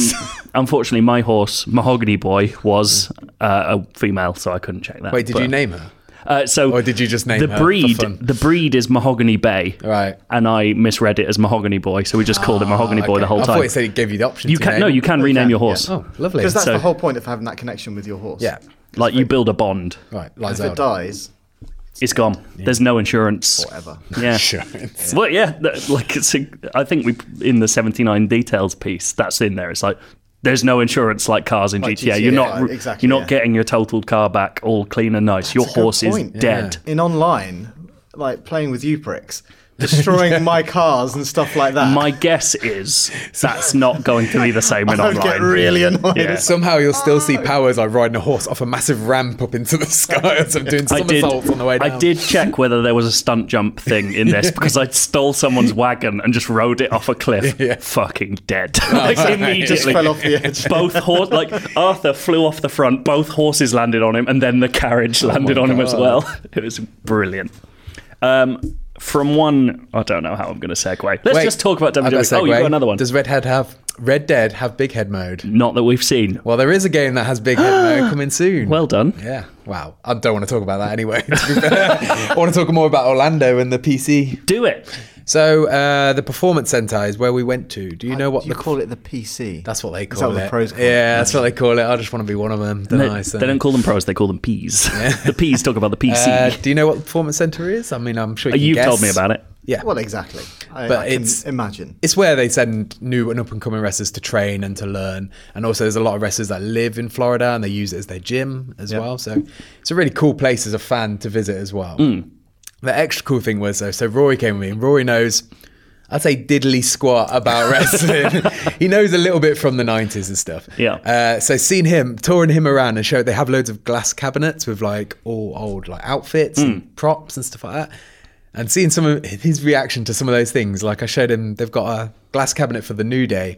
Speaker 1: unfortunately, my horse Mahogany Boy was uh, a female, so I couldn't check that.
Speaker 3: Wait, did
Speaker 1: But-
Speaker 3: you name her?
Speaker 1: Uh, so,
Speaker 3: Or did you just name
Speaker 1: the
Speaker 3: her for
Speaker 1: breed?
Speaker 3: fun?
Speaker 1: The breed is Mahogany Bay,
Speaker 3: Right. Ah,
Speaker 1: And I misread it as Mahogany Boy, so we just called it Mahogany Boy
Speaker 3: Okay.
Speaker 1: the whole
Speaker 3: I
Speaker 1: time.
Speaker 3: thought it said it gave you the option.
Speaker 1: you
Speaker 3: to
Speaker 1: can
Speaker 3: name.
Speaker 1: no, you can rename
Speaker 2: can,
Speaker 1: your horse.
Speaker 3: Oh, lovely.
Speaker 2: Because that's
Speaker 1: So-
Speaker 2: the whole point of having that connection with your horse.
Speaker 3: yeah.
Speaker 1: Like you build a bond,
Speaker 3: Right,
Speaker 2: If it
Speaker 3: Lizard.
Speaker 2: dies,
Speaker 1: it's gone. There's no insurance.
Speaker 2: whatever.
Speaker 1: Yeah.
Speaker 3: Sure.
Speaker 1: Well, yeah, that- like it's. A, I think we in the seventy nine details piece that's in there. It's like there's no insurance like cars in
Speaker 2: Like
Speaker 1: GTA.
Speaker 2: GTA,
Speaker 1: You're not
Speaker 2: yeah,
Speaker 1: re-
Speaker 2: exactly,
Speaker 1: You're not
Speaker 2: yeah.
Speaker 1: getting your totaled car back all clean and nice. your
Speaker 2: a good
Speaker 1: horse is
Speaker 2: point.
Speaker 1: dead.
Speaker 2: In online, like playing with you pricks, destroying my cars and stuff like that.
Speaker 1: My guess is that's not going to be the same in
Speaker 2: I'd
Speaker 1: online.
Speaker 2: get really annoyed.
Speaker 1: Yeah.
Speaker 3: Somehow you'll still
Speaker 2: Oh.
Speaker 3: see powers like riding a horse off a massive ramp up into the sky as I'm doing
Speaker 1: I did.
Speaker 3: somersaults on the way down.
Speaker 1: I did check whether there was a stunt jump thing in this because I stole someone's wagon and just rode it off a cliff. Fucking dead. like immediately.
Speaker 2: fell off the edge.
Speaker 1: both horse like Arthur flew off the front, both horses landed on him, and then the carriage landed on him as
Speaker 3: Oh God.
Speaker 1: well. It was brilliant. Um, from one, I don't know how I'm going to segue. Let's
Speaker 3: Wait,
Speaker 1: just talk about
Speaker 3: I've got a
Speaker 1: WWE. Oh, you
Speaker 3: segue.
Speaker 1: got another one?
Speaker 3: Does Red Dead have Red Dead have big head mode?
Speaker 1: Not that we've seen.
Speaker 3: Well, there is a game that has big head mode coming soon.
Speaker 1: Well done.
Speaker 3: yeah. Wow. I don't want to talk about that anyway. to be fair. I want to talk more about Orlando and the PC.
Speaker 1: Do it.
Speaker 3: So uh, the performance center is where we went to. Do you know what
Speaker 2: You
Speaker 3: the
Speaker 2: call it the PC.
Speaker 3: That's what they
Speaker 2: Is that
Speaker 3: call
Speaker 2: what the
Speaker 3: it.
Speaker 2: pros call it?
Speaker 3: yeah, that's what they call it. I just want to be one of them. Don't I?
Speaker 1: They,
Speaker 3: So-
Speaker 1: they don't call them pros; they call them Ps. the Ps talk about the
Speaker 3: Uh,
Speaker 1: PC.
Speaker 3: do you know what the performance center is? I mean, I'm sure you can
Speaker 1: Uh, You've
Speaker 3: guess.
Speaker 1: told me about it.
Speaker 3: Yeah.
Speaker 2: Well, exactly. I,
Speaker 3: But
Speaker 2: I can
Speaker 3: it's-
Speaker 2: imagine.
Speaker 3: it's where they send new and up and coming wrestlers to train and to learn. And also, there's a lot of wrestlers that live in Florida and they use it as their gym as
Speaker 2: Yep.
Speaker 3: well. So it's a really cool place as a fan to visit as well. The extra cool thing was though, so Rory came with me, and Rory knows. I'd say diddly squat about wrestling. he knows a little bit from the 90s and stuff.
Speaker 1: Yeah.
Speaker 3: Uh, so seen him, touring him around and showed they have loads of glass cabinets with like all old like outfits
Speaker 1: Hmm.
Speaker 3: and props and stuff like that. And seeing some of his reaction to some of those things, like I showed him, they've got a glass cabinet for the New Day.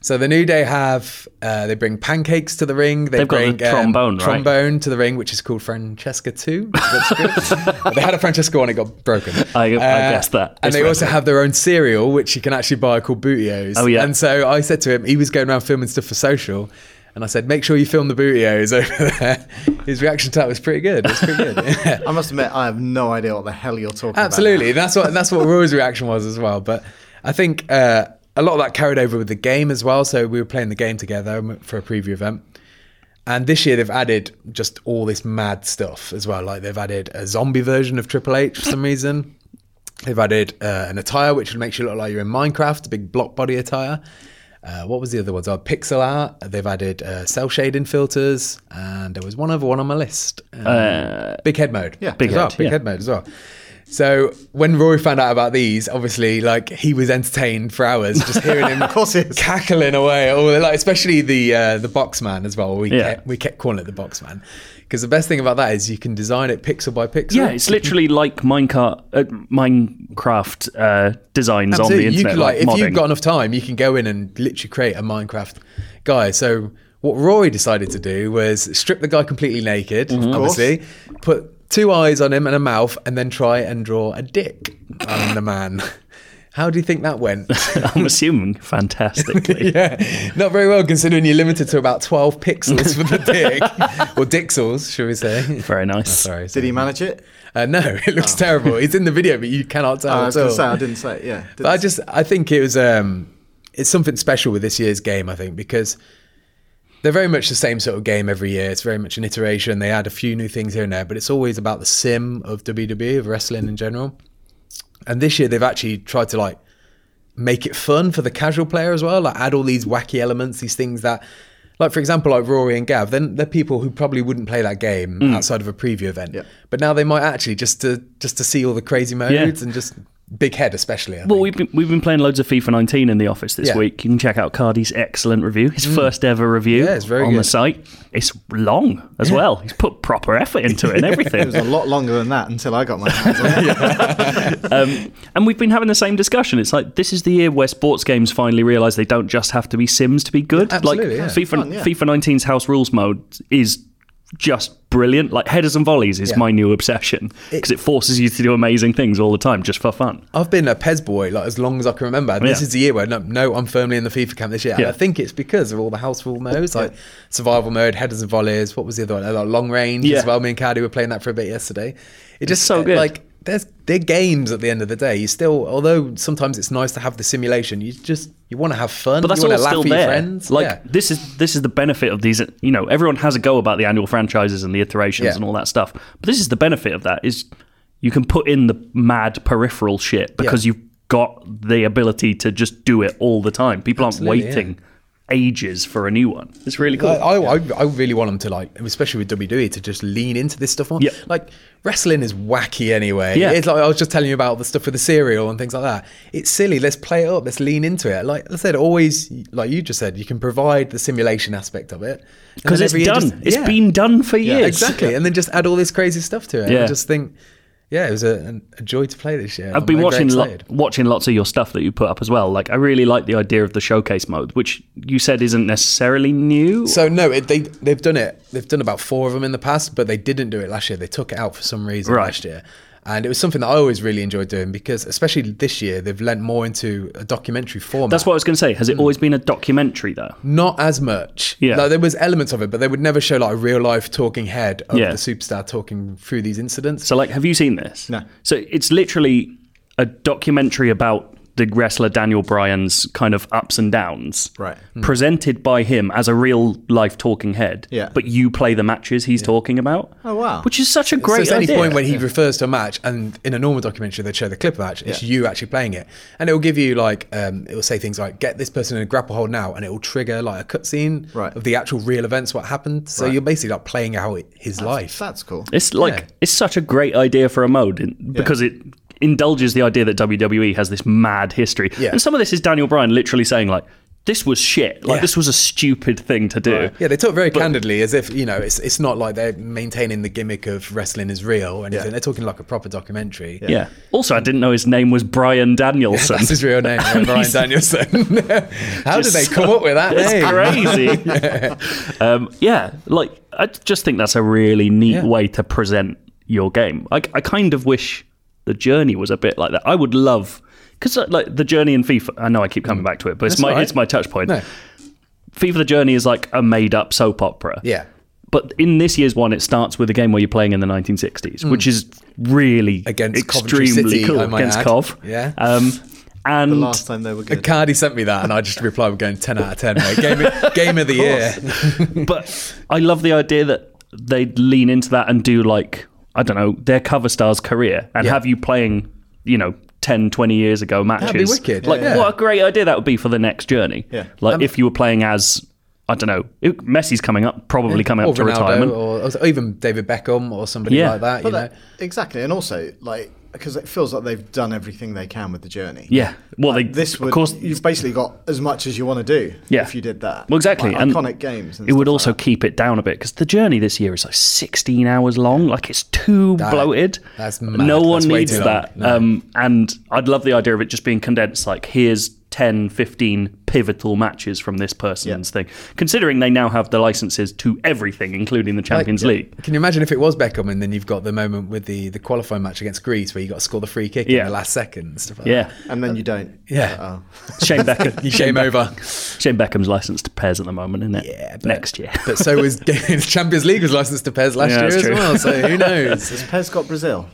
Speaker 3: So the New Day have uh, they bring pancakes to the ring. They
Speaker 1: They've got the
Speaker 3: bring um,
Speaker 1: trombone, right?
Speaker 3: trombone to the ring, which is called Francesca Two. That's good. they had a Francesca one, it got broken. Uh,
Speaker 1: I- I guessed that.
Speaker 3: And
Speaker 1: It's
Speaker 3: they also
Speaker 1: relevant.
Speaker 3: have their own cereal, which you can actually buy called Bootios.
Speaker 1: Oh, yeah.
Speaker 3: And so I said to him, he was going around filming stuff for social. And I said, make sure you film the bootios over there. His reaction to that was pretty good. It was pretty good. Yeah.
Speaker 2: I must admit, I have no idea what the hell you're talking
Speaker 3: Absolutely. That's what that's what Roy's reaction was as well. But I think uh, a lot of that carried over with the game as well. So we were playing the game together for a preview event. And this year they've added just all this mad stuff as well. Like they've added a zombie version of Triple H for some reason. They've added uh, an attire which makes you look like you're in Minecraft, a big block body attire. Uh, what was the other ones? Oh, pixel art. They've added uh, cell shading filters, and there was one other one on my list. Um,
Speaker 1: Uh,
Speaker 3: big head mode. Yeah,
Speaker 1: Big
Speaker 3: as well,
Speaker 1: head,
Speaker 3: Big
Speaker 1: yeah.
Speaker 3: head mode as well. So when Roy found out about these, obviously, like he was entertained for hours just hearing him
Speaker 2: Of course he is.
Speaker 3: cackling away. All the, like, especially the uh, the box man as well. We
Speaker 1: Yeah.
Speaker 3: kept, we kept calling it the box man because the best thing about that is you can design it pixel by pixel.
Speaker 1: Yeah, it's literally like Minecraft, uh, Minecraft uh, designs
Speaker 3: Absolutely.
Speaker 1: on the
Speaker 3: You
Speaker 1: internet.
Speaker 3: could, like,
Speaker 1: like,
Speaker 3: if
Speaker 1: modding.
Speaker 3: you've got enough time, you can go in and literally create a Minecraft guy. So what Roy decided to do was strip the guy completely naked, obviously, put two eyes on him and a mouth, and then try and draw a dick on the man. How do you think that went?
Speaker 1: I'm assuming fantastically.
Speaker 3: yeah, not very well considering you're limited to about 12 pixels for the dick, or dixels, should we say?
Speaker 1: Very nice.
Speaker 3: Sorry.
Speaker 2: Did he manage it? Uh,
Speaker 3: Uh, no, it looks terrible. It's in the video, but you cannot tell.
Speaker 2: Oh, I was going
Speaker 3: at
Speaker 2: to
Speaker 3: all.
Speaker 2: say, I didn't say it. Yeah. Didn't
Speaker 3: But I just I think it was um it's something special with this year's game, I think, because they're very much the same sort of game every year. It's very much an iteration. They add a few new things here and there, but it's always about the sim of WWE, of wrestling in general. And this year they've actually tried to like make it fun for the casual player as well. Like add all these wacky elements, these things that, like for example, like Rory and Gav, then they're people who probably wouldn't play that game outside of a preview event.
Speaker 2: Yeah.
Speaker 3: But now they might actually just to just to see all the crazy modes
Speaker 1: Yeah.
Speaker 3: and just big head especially. I
Speaker 1: Well,
Speaker 3: think.
Speaker 1: we've been, we've been playing loads of FIFA 19 in the office this
Speaker 3: Yeah. Mm.
Speaker 1: week. You can check out Cardi's excellent review, his first ever review
Speaker 3: Yeah, it's very
Speaker 1: on the
Speaker 3: good.
Speaker 1: site. It's long as well. He's put proper effort into it and
Speaker 2: It was
Speaker 1: everything.
Speaker 2: a lot longer than that until I got my hands on it.
Speaker 1: um, and we've been having the same discussion. It's like this is the year where sports games finally realise they don't just have to be Sims to be good. like
Speaker 3: Absolutely, yeah.
Speaker 1: FIFA
Speaker 2: Fun, yeah.
Speaker 1: FIFA 19's house rules mode is just brilliant. Like headers and volleys is
Speaker 3: Yeah.
Speaker 1: my new obsession because it forces you to do amazing things all the time just for fun.
Speaker 3: I've been a Pez boy like as long as I can remember. And This
Speaker 1: Yeah.
Speaker 3: is the year where no, no, I'm firmly in the FIFA camp this year. And
Speaker 1: Yeah.
Speaker 3: I think it's because of all the house rule modes, like survival mode, headers and volleys. What was the other one? Uh, Like long range
Speaker 1: Yeah.
Speaker 3: as well. Me and Cardi were playing that for a bit yesterday. It just
Speaker 1: so
Speaker 3: uh,
Speaker 1: good.
Speaker 3: like there's they're games at the end of the day. You still, although sometimes it's nice to have the simulation. You just you want to have fun.
Speaker 1: But that's
Speaker 3: you
Speaker 1: all
Speaker 3: want to laugh
Speaker 1: still
Speaker 3: at your
Speaker 1: there.
Speaker 3: friends.
Speaker 1: Like
Speaker 3: yeah.
Speaker 1: this is this is the benefit of these. You know, everyone has a go about the annual franchises and the iterations
Speaker 3: Yeah.
Speaker 1: and all that stuff. But this is the benefit of that is you can put in the mad peripheral shit because you've got the ability to just do it all the time. People
Speaker 3: Absolutely,
Speaker 1: aren't
Speaker 3: yeah.
Speaker 1: waiting ages for a new one. It's really cool.
Speaker 3: I, I, I- I really want them to like, especially with WWE, to just lean into this stuff more.
Speaker 1: Yeah.
Speaker 3: Like wrestling is wacky anyway.
Speaker 1: Yeah.
Speaker 3: It's like I was just telling you about the stuff with the cereal and things like that. It's silly. Let's play it up. Let's lean into it. Like I said, always, like you just said, you can provide the simulation aspect of it And
Speaker 1: Because
Speaker 3: then
Speaker 1: it's
Speaker 3: every year
Speaker 1: done.
Speaker 3: just-
Speaker 1: It's
Speaker 3: yeah.
Speaker 1: been done for years.
Speaker 3: exactly, and then just add all this crazy stuff to it.
Speaker 1: Yeah.
Speaker 3: I just think, yeah, it was a, an- a joy to play this year.
Speaker 1: I've been watching lo- watching lots of your stuff that you put up as well. Like I really like the idea of the showcase mode, which you said isn't necessarily new.
Speaker 3: So no, it, they they've done it. They've done about four of them in the past, but they didn't do it last year. They took it out for some reason
Speaker 1: Right.
Speaker 3: last year, and it was something that I always really enjoyed doing because, especially this year, they've lent more into a documentary format.
Speaker 1: That's what I was going to say. Has it always been a documentary though?
Speaker 3: not as much.
Speaker 1: Yeah.
Speaker 3: Like, there was elements of it, but they would never show like a real life talking head of
Speaker 1: Yeah.
Speaker 3: the superstar talking through these incidents.
Speaker 1: So, like, have you seen this?
Speaker 2: No.
Speaker 1: So it's literally a documentary about the wrestler Daniel Bryan's kind of ups and downs,
Speaker 2: Right. Hmm.
Speaker 1: Presented by him as a real life talking head.
Speaker 2: Yeah.
Speaker 1: But you play the matches he's talking about.
Speaker 2: Oh, wow.
Speaker 1: Which is such a great
Speaker 3: so at any
Speaker 1: idea.
Speaker 3: point when he refers to a match, and in a normal documentary they'd show the clip of the match, it's you actually playing it, and it will give you like um, it will say things like get this person in a grapple hold now, and it will trigger like a cutscene
Speaker 2: Right.
Speaker 3: of the actual real events what happened. So you're basically like playing out his life.
Speaker 2: That's cool.
Speaker 1: It's like
Speaker 3: Yeah.
Speaker 1: it's such a great idea for a mode in, because it indulges the idea that WWE has this mad history.
Speaker 3: Yeah.
Speaker 1: And some of this is Daniel Bryan literally saying like this was shit. Like
Speaker 3: Yeah.
Speaker 1: this was a stupid thing to do.
Speaker 3: Yeah, they talk very candidly as if you know it's it's not like they're maintaining the gimmick of wrestling is real or anything. They're talking like a proper documentary.
Speaker 1: Yeah. Also, I didn't know his name was Brian Danielson.
Speaker 3: That's his real name, yeah, Brian
Speaker 1: He's-
Speaker 3: Danielson. How did
Speaker 1: Just
Speaker 3: they
Speaker 1: so-
Speaker 3: come up with that
Speaker 1: That's
Speaker 3: name?
Speaker 1: crazy. yeah. Um, yeah, like I just think that's a really neat
Speaker 3: Yeah.
Speaker 1: way to present your game. I, I kind of wish the journey was a bit like that. I would love because like the journey in FIFA. I know I keep coming back to it, but it's
Speaker 3: Mm. That's
Speaker 1: my
Speaker 3: all right.
Speaker 1: it's my touch point.
Speaker 3: No.
Speaker 1: FIFA the Journey is like a made up soap opera.
Speaker 3: Yeah.
Speaker 1: But in this year's one, it starts with a game where you're playing in the 1960s, which is really
Speaker 3: Mm. Against Coventry
Speaker 1: extremely
Speaker 3: City,
Speaker 1: cool
Speaker 3: I might
Speaker 1: against
Speaker 3: add.
Speaker 1: Cov.
Speaker 3: Yeah.
Speaker 1: Um, and
Speaker 2: Last time they were good.
Speaker 3: Cardi sent me that, and I just replied, "We're going ten out of ten, mate. Game, of- game of the year."
Speaker 1: but I love the idea that they'd lean into that and do like I don't know their cover star's career and
Speaker 3: Yeah.
Speaker 1: have you playing you know 10 20 years ago matches
Speaker 3: be wicked.
Speaker 1: like
Speaker 3: Yeah. Um,
Speaker 1: what a great idea that would be for the next journey
Speaker 2: Yeah.
Speaker 1: like if you were playing as I don't know it- Messi's coming up probably coming
Speaker 3: Or
Speaker 1: up to
Speaker 3: Ronaldo,
Speaker 1: retirement
Speaker 3: or, or even David Beckham, or somebody
Speaker 1: Yeah.
Speaker 3: like that. You
Speaker 2: But
Speaker 3: know,
Speaker 2: that- exactly, and also like because it feels like they've done everything they can with the journey.
Speaker 1: yeah well they
Speaker 2: This would,
Speaker 1: of course
Speaker 2: you've basically got as much as you want to do
Speaker 1: Yeah.
Speaker 2: if you did that.
Speaker 1: Well, exactly.
Speaker 2: Like,
Speaker 1: and
Speaker 2: iconic games. And
Speaker 1: it would
Speaker 2: stuff
Speaker 1: also
Speaker 2: like
Speaker 1: keep it down a bit because the journey this year is like 16 hours long. Like it's too bloated.
Speaker 3: that's mad.
Speaker 1: No one
Speaker 3: That's way
Speaker 1: needs
Speaker 3: too long.
Speaker 1: that.
Speaker 3: No.
Speaker 1: Um, and I'd love the idea of it just being condensed. Like here's 10, 15 pivotal matches from this person's thing. Considering they now have the licenses to everything, including the Champions League.
Speaker 3: can you imagine if it was Beckham, and then you've got the moment with the the qualifying match against Greece, where you got to score the free kick
Speaker 1: Yeah.
Speaker 3: in the last second, and stuff like
Speaker 1: Yeah,
Speaker 2: that. and then you don't.
Speaker 3: Yeah.
Speaker 2: Oh.
Speaker 1: Shane Beckham.
Speaker 3: that. You game over.
Speaker 1: Shane Beckham's licensed to pairs at the moment, isn't it?
Speaker 3: Yeah, but-
Speaker 1: next year.
Speaker 3: But so was the Champions League was licensed to Pez last
Speaker 1: Yeah,
Speaker 3: year
Speaker 1: that's
Speaker 3: as
Speaker 1: true.
Speaker 3: well. So who knows?
Speaker 2: Pez got Brazil.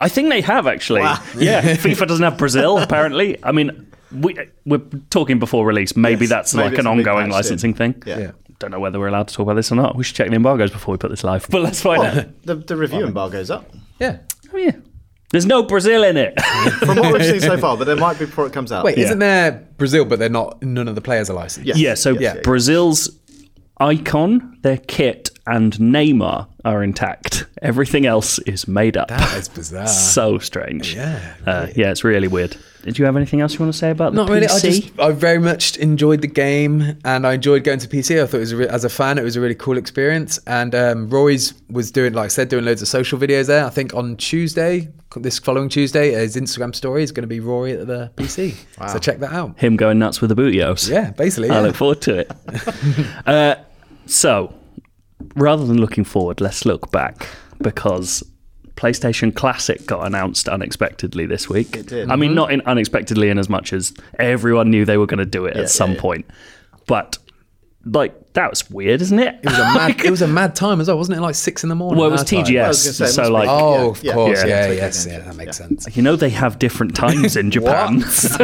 Speaker 1: I think they have actually. Yeah, FIFA doesn't have Brazil apparently. I mean, we we're talking before release. Maybe
Speaker 2: Yes,
Speaker 1: that's
Speaker 2: maybe
Speaker 1: like an
Speaker 2: it's a big
Speaker 1: ongoing
Speaker 2: patch
Speaker 1: licensing thing.
Speaker 2: Yeah.
Speaker 3: Yeah.
Speaker 1: Don't know whether we're allowed to talk about this or not. We should check the embargoes before we put this live. But let's
Speaker 2: Oh.
Speaker 1: find out.
Speaker 2: The, the review embargo's up
Speaker 3: Yeah.
Speaker 1: Oh, yeah. There's no Brazil in it.
Speaker 2: from what we've seen so far, but there might be before it comes out.
Speaker 3: Wait,
Speaker 1: Yeah.
Speaker 3: isn't there Brazil, but they're not? None of the players are licensed.
Speaker 2: Yes.
Speaker 1: yeah. So
Speaker 2: yes, yeah, yeah.
Speaker 1: Brazil's icon, their kit, and Neymar are intact. Everything else is made up.
Speaker 3: That is bizarre.
Speaker 1: so strange.
Speaker 3: Yeah.
Speaker 1: Uh, yeah, it's really weird. Did you have anything else you want to say about the
Speaker 3: Not really.
Speaker 1: PC?
Speaker 3: I just I very much enjoyed the game, and I enjoyed going to PC. I thought it was a re- as a fan, it was a really cool experience. And um, Roy's was doing, like I said, doing loads of social videos there. I think on Tuesday, this following Tuesday, his Instagram story is going to be Rory at the PC. So check that out.
Speaker 1: Him going nuts with the bootios.
Speaker 3: Yeah, basically.
Speaker 1: I
Speaker 3: yeah.
Speaker 1: look forward to it. uh, so, rather than looking forward, let's look back because PlayStation Classic got announced unexpectedly this week. It
Speaker 2: did.
Speaker 1: I mean, not in unexpectedly in as much as everyone knew they were going to do it at some
Speaker 2: yeah.
Speaker 1: point, but like that was weird, isn't it?
Speaker 3: It was a mad. it was a mad time as well, wasn't it? Like six in the morning.
Speaker 1: Well, it was
Speaker 3: our time.
Speaker 1: TGS,
Speaker 2: I was gonna say, it
Speaker 1: so
Speaker 2: must be-
Speaker 1: like,
Speaker 3: Oh,
Speaker 2: Yeah,
Speaker 3: of
Speaker 2: yeah.
Speaker 3: course.
Speaker 1: Yeah.
Speaker 3: Yeah,
Speaker 2: Yeah.
Speaker 3: yes,
Speaker 2: Yeah.
Speaker 3: yeah. That makes sense.
Speaker 1: you know, they have different times in Japan.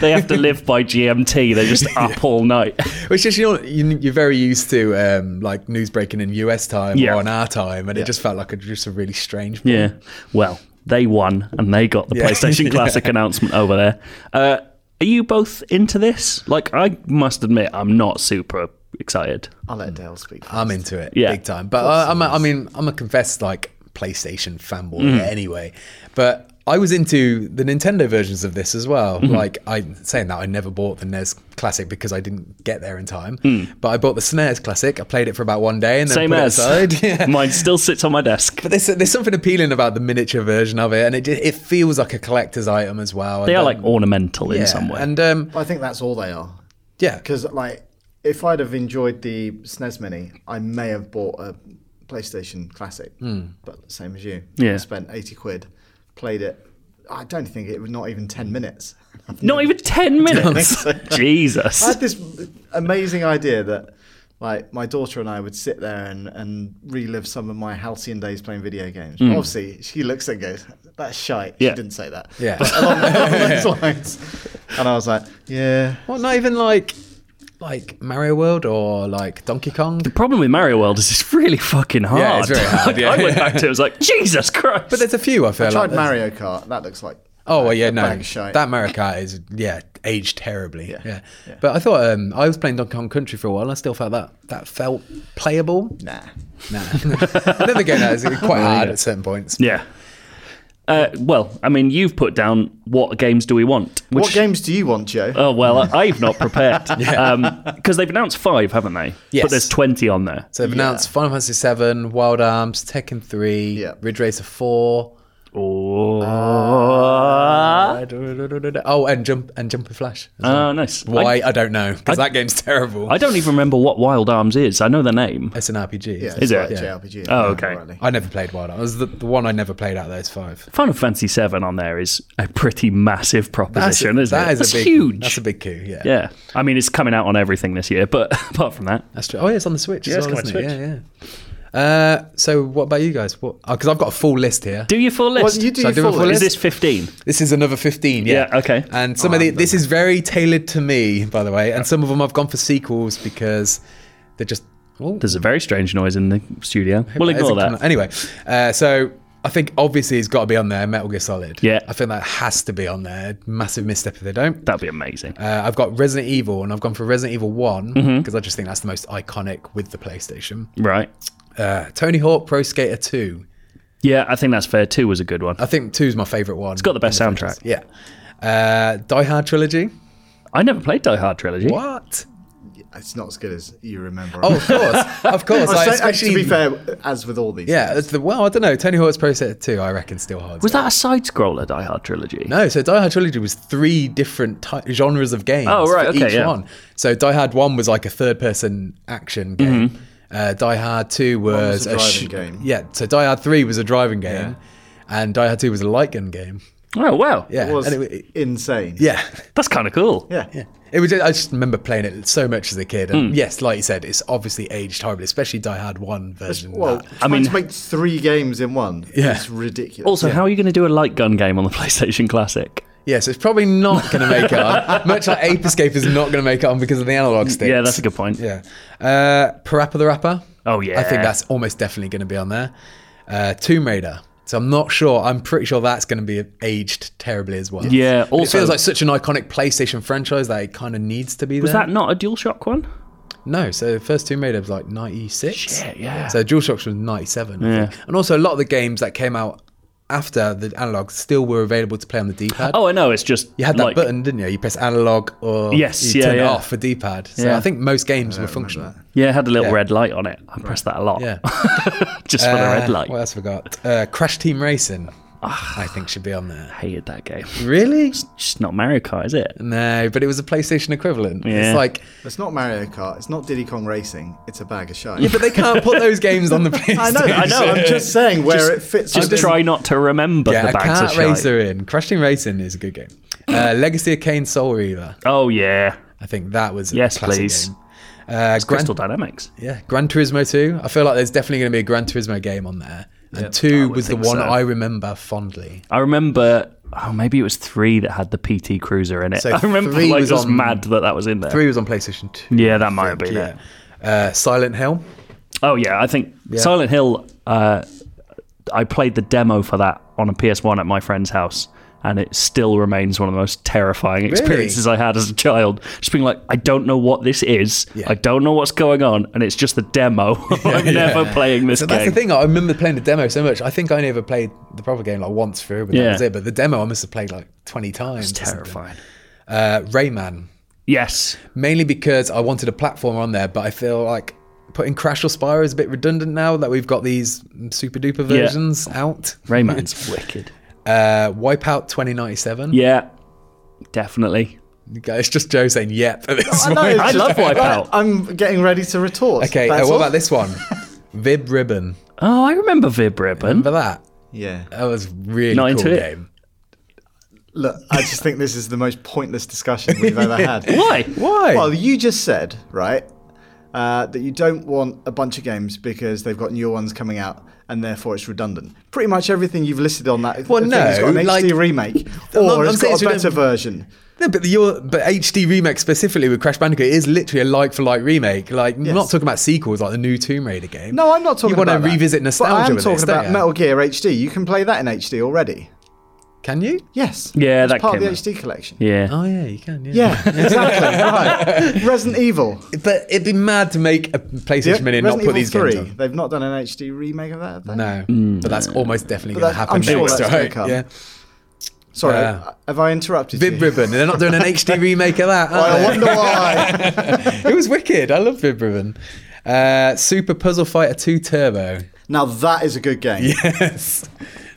Speaker 1: they have to live by GMT. They're just up all night.
Speaker 3: Which is, you know, you- you're very used to um, like news breaking in US time
Speaker 1: Yeah.
Speaker 3: or on our time, and it just felt like a, just a really strange.
Speaker 1: Yeah. Well, they won and they got the
Speaker 3: Yeah.
Speaker 1: PlayStation Classic announcement over there. Uh, are you both into this? Like, I must admit, I'm not super excited.
Speaker 2: I'll let Dale speak.
Speaker 3: I'm into it
Speaker 1: Yeah.
Speaker 3: big time. But I, I'm a, I mean, I'm a confessed like PlayStation fanboy
Speaker 1: Mm-hmm.
Speaker 3: anyway. But I was into the Nintendo versions of this as well.
Speaker 1: Mm-hmm.
Speaker 3: Like I saying that I never bought the NES Classic because I didn't get there in time. But I bought the SNES Classic. I played it for about one day and then
Speaker 1: Hmm. Same
Speaker 3: put
Speaker 1: as.
Speaker 3: it aside. Yeah.
Speaker 1: Mine still sits on my desk.
Speaker 3: But there's, there's something appealing about the miniature version of it, and it ju- it feels like a collector's item as well.
Speaker 1: They
Speaker 3: And,
Speaker 1: are
Speaker 3: um,
Speaker 1: like ornamental in
Speaker 3: yeah,
Speaker 1: some way.
Speaker 3: and um,
Speaker 2: I think that's all they are.
Speaker 3: yeah,
Speaker 2: Because like, if I'd have enjoyed the SNES Mini, I may have bought a PlayStation Classic. But same as you,
Speaker 1: Yeah.
Speaker 2: I spent eighty quid, played it. I don't think it was not even ten minutes.
Speaker 1: not even 10 minutes. Jesus.
Speaker 2: I had this amazing idea that like my daughter and I would sit there and, and relive some of my halcyon days playing video games. Obviously, she looks and goes, "That's shite."
Speaker 1: Hmm. Yeah.
Speaker 2: She didn't say that.
Speaker 3: Yeah. um,
Speaker 2: But along, along those lines. And I was like, "Yeah."
Speaker 3: well, not even like like Mario World or like Donkey Kong.
Speaker 1: problem with Mario World is it's really fucking hard.
Speaker 3: Yeah, it's very hard, yeah.
Speaker 1: I went back to it. I was like, Jesus Christ.
Speaker 3: But there's a few I feel
Speaker 2: I
Speaker 3: like
Speaker 2: tried
Speaker 3: there's-
Speaker 2: Mario Kart. That looks like
Speaker 3: Oh well, yeah,
Speaker 2: a
Speaker 3: no,
Speaker 2: bag of shite.
Speaker 3: that Mario Kart is yeah aged terribly. Yeah,
Speaker 2: yeah.
Speaker 3: but I thought um, I was playing Donkey Kong Country for a while, and I still felt that that felt playable.
Speaker 2: nah.
Speaker 3: Nah, another game that is quite hard at certain points.
Speaker 1: yeah. Uh, well, I mean, you've put down what games do we want? Which,
Speaker 2: What games do you want, Joe?
Speaker 1: Oh well, I- I've not prepared because they've announced five, haven't they? But
Speaker 3: Yes.
Speaker 1: there's twenty on there.
Speaker 3: So they've announced Final Fantasy Seven, Wild Arms, Tekken Three,
Speaker 2: Yeah.
Speaker 3: Ridge Racer Four.
Speaker 1: Oh,
Speaker 3: Ah. Oh, and jump and Jumpy Flash. as well.
Speaker 1: Ah, nice.
Speaker 3: Why
Speaker 1: I,
Speaker 3: Uh, I, don't know because that game's terrible.
Speaker 1: I don't even remember what Wild Arms is. I know the name.
Speaker 3: it's an RPG.
Speaker 2: Yeah,
Speaker 3: isn't
Speaker 1: Is
Speaker 2: it's
Speaker 1: it?
Speaker 2: like
Speaker 1: Yeah.
Speaker 2: JRPG.
Speaker 1: Oh, okay.
Speaker 2: Rightly.
Speaker 3: I never played Wild Arms. It was the, the one I never played out of those five.
Speaker 1: Final Fantasy VII on there is a pretty massive
Speaker 3: That's
Speaker 1: proposition, isn't
Speaker 3: that
Speaker 1: it?
Speaker 3: is
Speaker 1: That's
Speaker 3: a big,
Speaker 1: huge.
Speaker 3: That's a big coup. Yeah.
Speaker 1: yeah, I mean it's coming out on everything this year, but apart from that,
Speaker 3: That's true. Oh yeah, it's on the Switch.
Speaker 1: Yeah, it's
Speaker 3: as well,
Speaker 1: on
Speaker 3: isn't it?
Speaker 1: Switch.
Speaker 3: Yeah, yeah. Uh, so what about you guys? What? Because I've got a full list here.
Speaker 1: do your full list.
Speaker 2: Well, you do
Speaker 3: Shall I
Speaker 2: your
Speaker 3: do a
Speaker 2: full
Speaker 3: full
Speaker 1: is
Speaker 2: list.
Speaker 3: list?
Speaker 1: this fifteen?
Speaker 3: This is another fifteen. Yeah.
Speaker 1: Yeah, okay. Oh,
Speaker 3: And some of the, this is very tailored to me, by the way. And some of them I've gone for sequels because they're just. Oh,
Speaker 1: There's a very strange noise in the studio. We'll
Speaker 3: that is
Speaker 1: ignore
Speaker 3: a
Speaker 1: that.
Speaker 3: comment. Anyway, uh, so I think obviously it's got to be on there. Metal Gear Solid.
Speaker 1: Yeah.
Speaker 3: I think that has to be on there. Massive misstep if they don't.
Speaker 1: That'd be amazing.
Speaker 3: Uh, I've got Resident Evil, and I've gone for Resident Evil One because
Speaker 1: Mm-hmm.
Speaker 3: I just think that's the most iconic with the PlayStation.
Speaker 1: Right.
Speaker 3: Uh, Tony Hawk Pro Skater Two.
Speaker 1: Yeah, I think that's fair. Two was a good one.
Speaker 3: I think two's my favourite one. It's
Speaker 1: got the best soundtrack.
Speaker 3: Yeah. Uh, Die Hard trilogy.
Speaker 1: I never played Die Hard trilogy.
Speaker 3: What?
Speaker 2: It's not as good as you remember.
Speaker 3: Oh, of course, of course.
Speaker 2: I
Speaker 3: like,
Speaker 2: say-
Speaker 3: especially,
Speaker 2: to be fair, as with all these,
Speaker 3: Yeah, it's the, well, I don't know. Tony Hawk's Pro Skater Two, I reckon, still holds.
Speaker 1: Was
Speaker 3: it.
Speaker 1: that a side scroller Die Hard trilogy?
Speaker 3: No, so Die Hard trilogy was three different ty- genres of games.
Speaker 1: Oh, right,
Speaker 3: for
Speaker 1: okay,
Speaker 3: each
Speaker 1: yeah.
Speaker 3: one. So Die Hard One was like a third-person action game.
Speaker 1: Mm-hmm.
Speaker 3: Uh, Die Hard Two
Speaker 2: was
Speaker 3: was,
Speaker 2: a
Speaker 3: sh-
Speaker 2: driving game.
Speaker 3: Yeah, so Die Hard Three was a driving game, and Die Hard Two was a light gun game.
Speaker 1: Oh wow.
Speaker 3: Yeah,
Speaker 2: it was
Speaker 3: and it- it-
Speaker 2: insane.
Speaker 3: yeah.
Speaker 1: That's kind of cool.
Speaker 2: yeah,
Speaker 3: Yeah. It was. I just remember playing it so much as a kid, and
Speaker 1: Hmm.
Speaker 3: yes, like you said, it's obviously aged horribly, especially Die Hard One version. of
Speaker 2: Well,
Speaker 3: that.
Speaker 1: I
Speaker 2: I
Speaker 1: mean-
Speaker 2: mean, to make three games in one
Speaker 3: Yeah.
Speaker 2: is ridiculous.
Speaker 1: Also, how are you going to do a light gun game on the PlayStation Classic?
Speaker 3: yeah, so it's probably not going to make it on. Much like Ape Escape is not going to make it on because of the analog stick.
Speaker 1: Yeah, that's a good point.
Speaker 3: Yeah. Uh, Parappa the Rapper.
Speaker 1: Oh, yeah.
Speaker 3: I think that's almost definitely going to be on there. Uh, Tomb Raider. So I'm not sure. I'm pretty sure that's going to be aged terribly as well.
Speaker 1: Yeah,
Speaker 3: But
Speaker 1: also-
Speaker 3: it feels like such an iconic PlayStation franchise that it kind of needs to be
Speaker 1: Was
Speaker 3: there.
Speaker 1: that not a DualShock one?
Speaker 3: No, so the first Tomb Raider was like 96.
Speaker 1: Shit, yeah.
Speaker 3: So DualShock was 97. I
Speaker 1: Yeah.
Speaker 3: think. And also a lot of the games that came out after the analog still were available to play on the D-pad.
Speaker 1: Oh, I know. It's just
Speaker 3: You had that
Speaker 1: like,
Speaker 3: button, didn't you? You press analog or
Speaker 1: Yes,
Speaker 3: you
Speaker 1: yeah,
Speaker 3: turn
Speaker 1: yeah.
Speaker 3: it off for D-pad. So
Speaker 1: Yeah.
Speaker 3: I think most games were functional.
Speaker 1: Yeah, it had a little red light on it. I pressed that a lot.
Speaker 3: Yeah.
Speaker 1: just for the red
Speaker 3: Uh,
Speaker 1: light. Ah.
Speaker 3: What else have we got? Uh, Crash Team Racing. I think should be on there.
Speaker 1: Hated that game.
Speaker 3: Really?
Speaker 1: Just not Mario Kart, is it?
Speaker 3: No, but it was a PlayStation equivalent.
Speaker 1: Yeah.
Speaker 3: It's like,
Speaker 2: it's not Mario Kart. It's not Diddy Kong Racing. It's a bag of shite.
Speaker 3: yeah, but they can't put those games on the PlayStation.
Speaker 2: I know, I know. I'm just saying where it fits.
Speaker 1: Just
Speaker 2: within-
Speaker 1: try not to remember
Speaker 3: Yeah,
Speaker 1: the
Speaker 3: a
Speaker 1: bags of
Speaker 3: kart
Speaker 1: shite.
Speaker 3: racer in. Crash Team Racing is a good game. Uh, Legacy of Kane Soul Reaver.
Speaker 1: Oh yeah.
Speaker 3: I think that was a
Speaker 1: Yes,
Speaker 3: classic
Speaker 1: please.
Speaker 3: game. Uh, Gran,
Speaker 1: Crystal Dynamics.
Speaker 3: yeah, Gran Turismo two. I feel like there's definitely going to be a Gran Turismo game on there. And
Speaker 1: I
Speaker 3: two
Speaker 1: would
Speaker 3: was the
Speaker 1: think
Speaker 3: one
Speaker 1: so.
Speaker 3: I remember fondly.
Speaker 1: I remember. Oh, maybe it was three that had the PT Cruiser in it.
Speaker 3: So
Speaker 1: I remember
Speaker 3: three
Speaker 1: like
Speaker 3: was
Speaker 1: I was
Speaker 3: on-
Speaker 1: mad that that was in there.
Speaker 3: Three was on PlayStation two.
Speaker 1: Yeah, that might have been it.
Speaker 3: Uh, Silent Hill.
Speaker 1: Oh yeah, I think Silent Hill. Uh, I played the demo for that on a PS1 at my friend's house, and it still remains one of the most terrifying experiences I had as a child. Just being like, I don't know what this is,
Speaker 3: Yeah.
Speaker 1: I don't know what's going on, and it's just the demo. I'm never playing this
Speaker 3: So
Speaker 1: game.
Speaker 3: that's the thing. I remember playing the demo so much. I think I never played the proper game like once through, but that
Speaker 1: Yeah.
Speaker 3: was it. But the demo I must have played like twenty times. or something.
Speaker 1: Terrifying.
Speaker 3: Uh, Rayman,
Speaker 1: Yes,
Speaker 3: mainly because I wanted a platformer on there, but I feel like putting Crash or Spyro is a bit redundant now that we've got these super duper versions out.
Speaker 1: Rayman's wicked.
Speaker 3: Uh, Wipeout 2097.
Speaker 1: Yeah, definitely.
Speaker 3: It's just Joe saying yep at this
Speaker 2: Oh, know,
Speaker 3: point.
Speaker 2: it's
Speaker 1: I
Speaker 2: just-
Speaker 1: love Wipeout.
Speaker 2: I'm getting ready to retort.
Speaker 3: Okay, uh,
Speaker 2: That's
Speaker 3: what
Speaker 2: all.
Speaker 3: about this one? Vib Ribbon.
Speaker 1: Oh, I remember Vib Ribbon.
Speaker 3: Remember that?
Speaker 2: Yeah.
Speaker 3: That was really
Speaker 1: Not
Speaker 3: cool
Speaker 1: into it.
Speaker 3: game.
Speaker 2: Uh, Look, I just think this is the most pointless discussion we've ever had.
Speaker 1: Why?
Speaker 3: Why?
Speaker 2: Well, you just said, right, uh, that you don't want a bunch of games because they've got newer ones coming out and therefore it's redundant. Pretty much everything you've listed on that
Speaker 3: Well,
Speaker 2: thing has got
Speaker 3: no,
Speaker 2: an
Speaker 3: like-
Speaker 2: HD remake
Speaker 3: I'm not-
Speaker 2: or
Speaker 3: I'm
Speaker 2: it's
Speaker 3: saying
Speaker 2: got
Speaker 3: it's
Speaker 2: a better
Speaker 3: redundant.
Speaker 2: version.
Speaker 3: No, but the, your but HD remake specifically with Crash Bandicoot is literally a like for like remake. Like, I'm not talking about sequels like the new Tomb Raider game.
Speaker 2: No, I'm not talking
Speaker 3: You want
Speaker 2: about
Speaker 3: to
Speaker 2: that.
Speaker 3: revisit nostalgia?
Speaker 2: But I am
Speaker 3: with
Speaker 2: talking
Speaker 3: this, don't
Speaker 2: about
Speaker 3: you?
Speaker 2: Metal Gear HD. You can play that in HD already.
Speaker 3: Can you?
Speaker 2: Yes.
Speaker 1: Yeah,
Speaker 2: it's
Speaker 1: that
Speaker 2: part of
Speaker 1: came
Speaker 2: the
Speaker 1: out.
Speaker 2: HD collection.
Speaker 1: Yeah.
Speaker 3: Oh yeah, you can.
Speaker 2: Yeah, exactly. right. Resident Evil.
Speaker 3: But it'd be mad to make a PlayStation
Speaker 2: Yeah,
Speaker 3: Mini
Speaker 2: Resident
Speaker 3: and not put
Speaker 2: Evil
Speaker 3: these
Speaker 2: 3.
Speaker 3: games
Speaker 2: They've not done an HD remake of that. Have they?
Speaker 3: on. No, but that's almost definitely
Speaker 2: Mm. But
Speaker 3: going to
Speaker 2: that-
Speaker 3: happen
Speaker 2: I'm sure
Speaker 3: next,
Speaker 2: that's
Speaker 3: right?
Speaker 2: gonna come.
Speaker 3: Yeah,
Speaker 2: Sorry,
Speaker 3: Yeah.
Speaker 2: have I interrupted
Speaker 3: Vib
Speaker 2: you?
Speaker 3: Ribbon. They're not doing an HD remake of that. Are
Speaker 2: I
Speaker 3: they?
Speaker 2: wonder why.
Speaker 3: it was wicked. I love Vib Ribbon. Uh, Super Puzzle Fighter 2 Turbo.
Speaker 2: now that is a good game.
Speaker 3: Yes.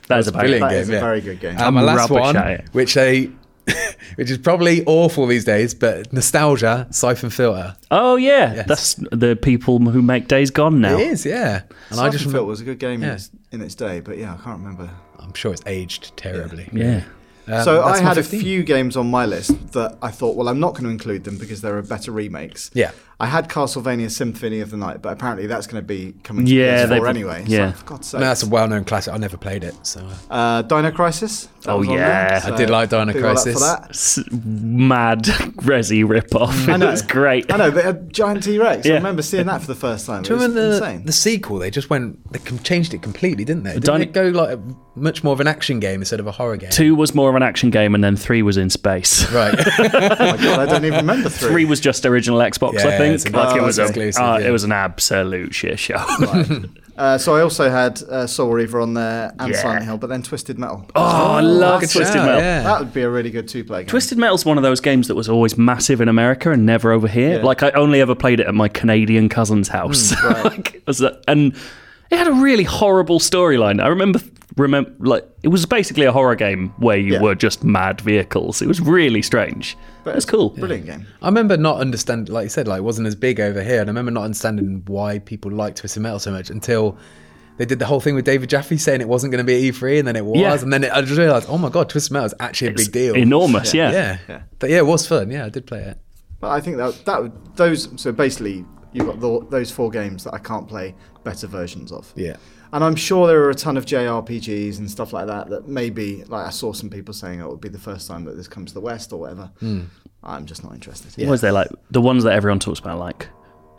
Speaker 1: That is a banger.
Speaker 3: Brilliant
Speaker 2: That
Speaker 3: game.
Speaker 2: is a
Speaker 3: yeah.
Speaker 2: very good game.
Speaker 3: And my
Speaker 1: I'm
Speaker 3: last
Speaker 1: rubbish
Speaker 3: one,
Speaker 1: at it.
Speaker 3: which they, which is probably awful these days, but nostalgia, siphon filter.
Speaker 1: Oh yeah, that's the people who make Days Gone now.
Speaker 3: It is, yeah. And I just,
Speaker 2: felt it was a good game
Speaker 3: Yeah.
Speaker 2: in, its, in its day, but yeah, I can't remember.
Speaker 3: I'm sure it's aged terribly.
Speaker 1: Yeah.
Speaker 3: Um,
Speaker 2: so I
Speaker 3: that's my
Speaker 2: had a
Speaker 3: 15.
Speaker 2: few games on my list that I thought, well, I'm not going to include them because there are better remakes.
Speaker 3: Yeah.
Speaker 2: I had Castlevania Symphony of the Night, but apparently that's going to be coming to
Speaker 1: Yeah,
Speaker 2: PS4
Speaker 1: they've-
Speaker 2: anyway.
Speaker 1: yeah.
Speaker 2: So, for God's sake.
Speaker 3: No, that's a well-known classic. I never played it, so
Speaker 2: uh, Dino Crisis. that
Speaker 1: Oh,
Speaker 2: was on there,
Speaker 1: yeah.
Speaker 3: I did like Dino
Speaker 2: big well up for
Speaker 3: Crisis.
Speaker 2: that.
Speaker 1: s- mad Resi ripoff. It was great.
Speaker 2: I know, they had giant T Rex.
Speaker 1: Yeah.
Speaker 2: I remember seeing that for the first time.
Speaker 3: Do you
Speaker 2: it was
Speaker 3: remember the,
Speaker 2: insane.
Speaker 3: the sequel? They just went, they com- changed it completely, didn't they? Didn't
Speaker 1: Done
Speaker 3: they
Speaker 1: it-
Speaker 3: go like a, much more of an action game instead of a horror game?
Speaker 1: Two was more of an action game, and then three was in space.
Speaker 3: Right.
Speaker 2: oh my god, I don't even remember three.
Speaker 1: Three was just original Xbox,
Speaker 3: Yeah,
Speaker 1: I think.
Speaker 3: it's an
Speaker 1: like it
Speaker 3: Xbox
Speaker 1: was a,
Speaker 3: exclusive,
Speaker 1: uh,
Speaker 3: yeah.
Speaker 1: it was an absolute shit show.
Speaker 2: Uh, so I also had uh, Soul Reaver on there and
Speaker 1: Yeah.
Speaker 2: Silent Hill, but then Twisted Metal.
Speaker 1: oh, I love
Speaker 3: Good
Speaker 1: Twisted
Speaker 3: shout,
Speaker 1: Metal.
Speaker 3: yeah.
Speaker 2: That would be a really good two-player game.
Speaker 1: Twisted Metal's one of those games that was always massive in America and never over here.
Speaker 2: Yeah.
Speaker 1: Like I only ever played it at my Canadian cousin's house. Like, it was a- and it had a really horrible storyline. I remember remember like it was basically a horror game where you
Speaker 2: Yeah.
Speaker 1: were just mad vehicles. It was really strange. But it was cool.
Speaker 2: Brilliant game.
Speaker 3: I remember not understanding, like you said, like it wasn't as big over here, and I remember not understanding why people liked Twisted Metal so much until they did the whole thing with David Jaffe saying it wasn't going to be at E3, and then it was,
Speaker 1: Yeah.
Speaker 3: and then it, I just realised, oh my god, Twisted Metal is actually a big deal.
Speaker 1: Enormous, yeah.
Speaker 3: Yeah.
Speaker 2: Yeah.
Speaker 3: but yeah, it was fun. Yeah, I did play it.
Speaker 2: But I think that that would, those. So basically, you've got tho- those four games that I can't play better versions of.
Speaker 3: Yeah.
Speaker 2: And I'm sure there are a ton of JRPGs and stuff like that that maybe, like I saw some people saying, oh, it would be the first time that this comes to the West or whatever.
Speaker 1: Hmm.
Speaker 2: I'm just not interested.
Speaker 1: What was there like the ones that everyone talks about, like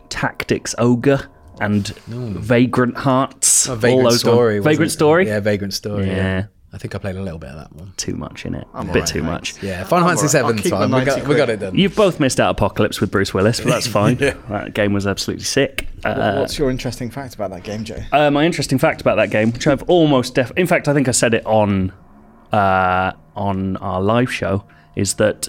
Speaker 1: Tactics Ogre and Vagrant Hearts?
Speaker 3: A Vagrant
Speaker 1: all those ones.
Speaker 3: Story. wasn't
Speaker 1: Vagrant
Speaker 3: it?
Speaker 1: Story.
Speaker 3: Yeah, Vagrant Story. Yeah.
Speaker 1: Yeah.
Speaker 3: I think I played a little bit of that one.
Speaker 1: Too much in it.
Speaker 2: I'm
Speaker 1: a bit
Speaker 2: alright,
Speaker 1: too much.
Speaker 3: Yeah, Final
Speaker 2: I'm
Speaker 3: Fantasy
Speaker 2: all right. I'll
Speaker 3: Seven's
Speaker 2: keep the
Speaker 3: fine.
Speaker 2: 90
Speaker 3: We got, we got
Speaker 2: quid.
Speaker 3: it done.
Speaker 1: You've both missed out Apocalypse with Bruce Willis, but that's fine. That game was absolutely sick. Uh,
Speaker 2: What's your interesting fact about that game, Joe?
Speaker 1: uh, my interesting fact about that game, which I've almost def- in fact, I think I said it on uh, on our live show, is that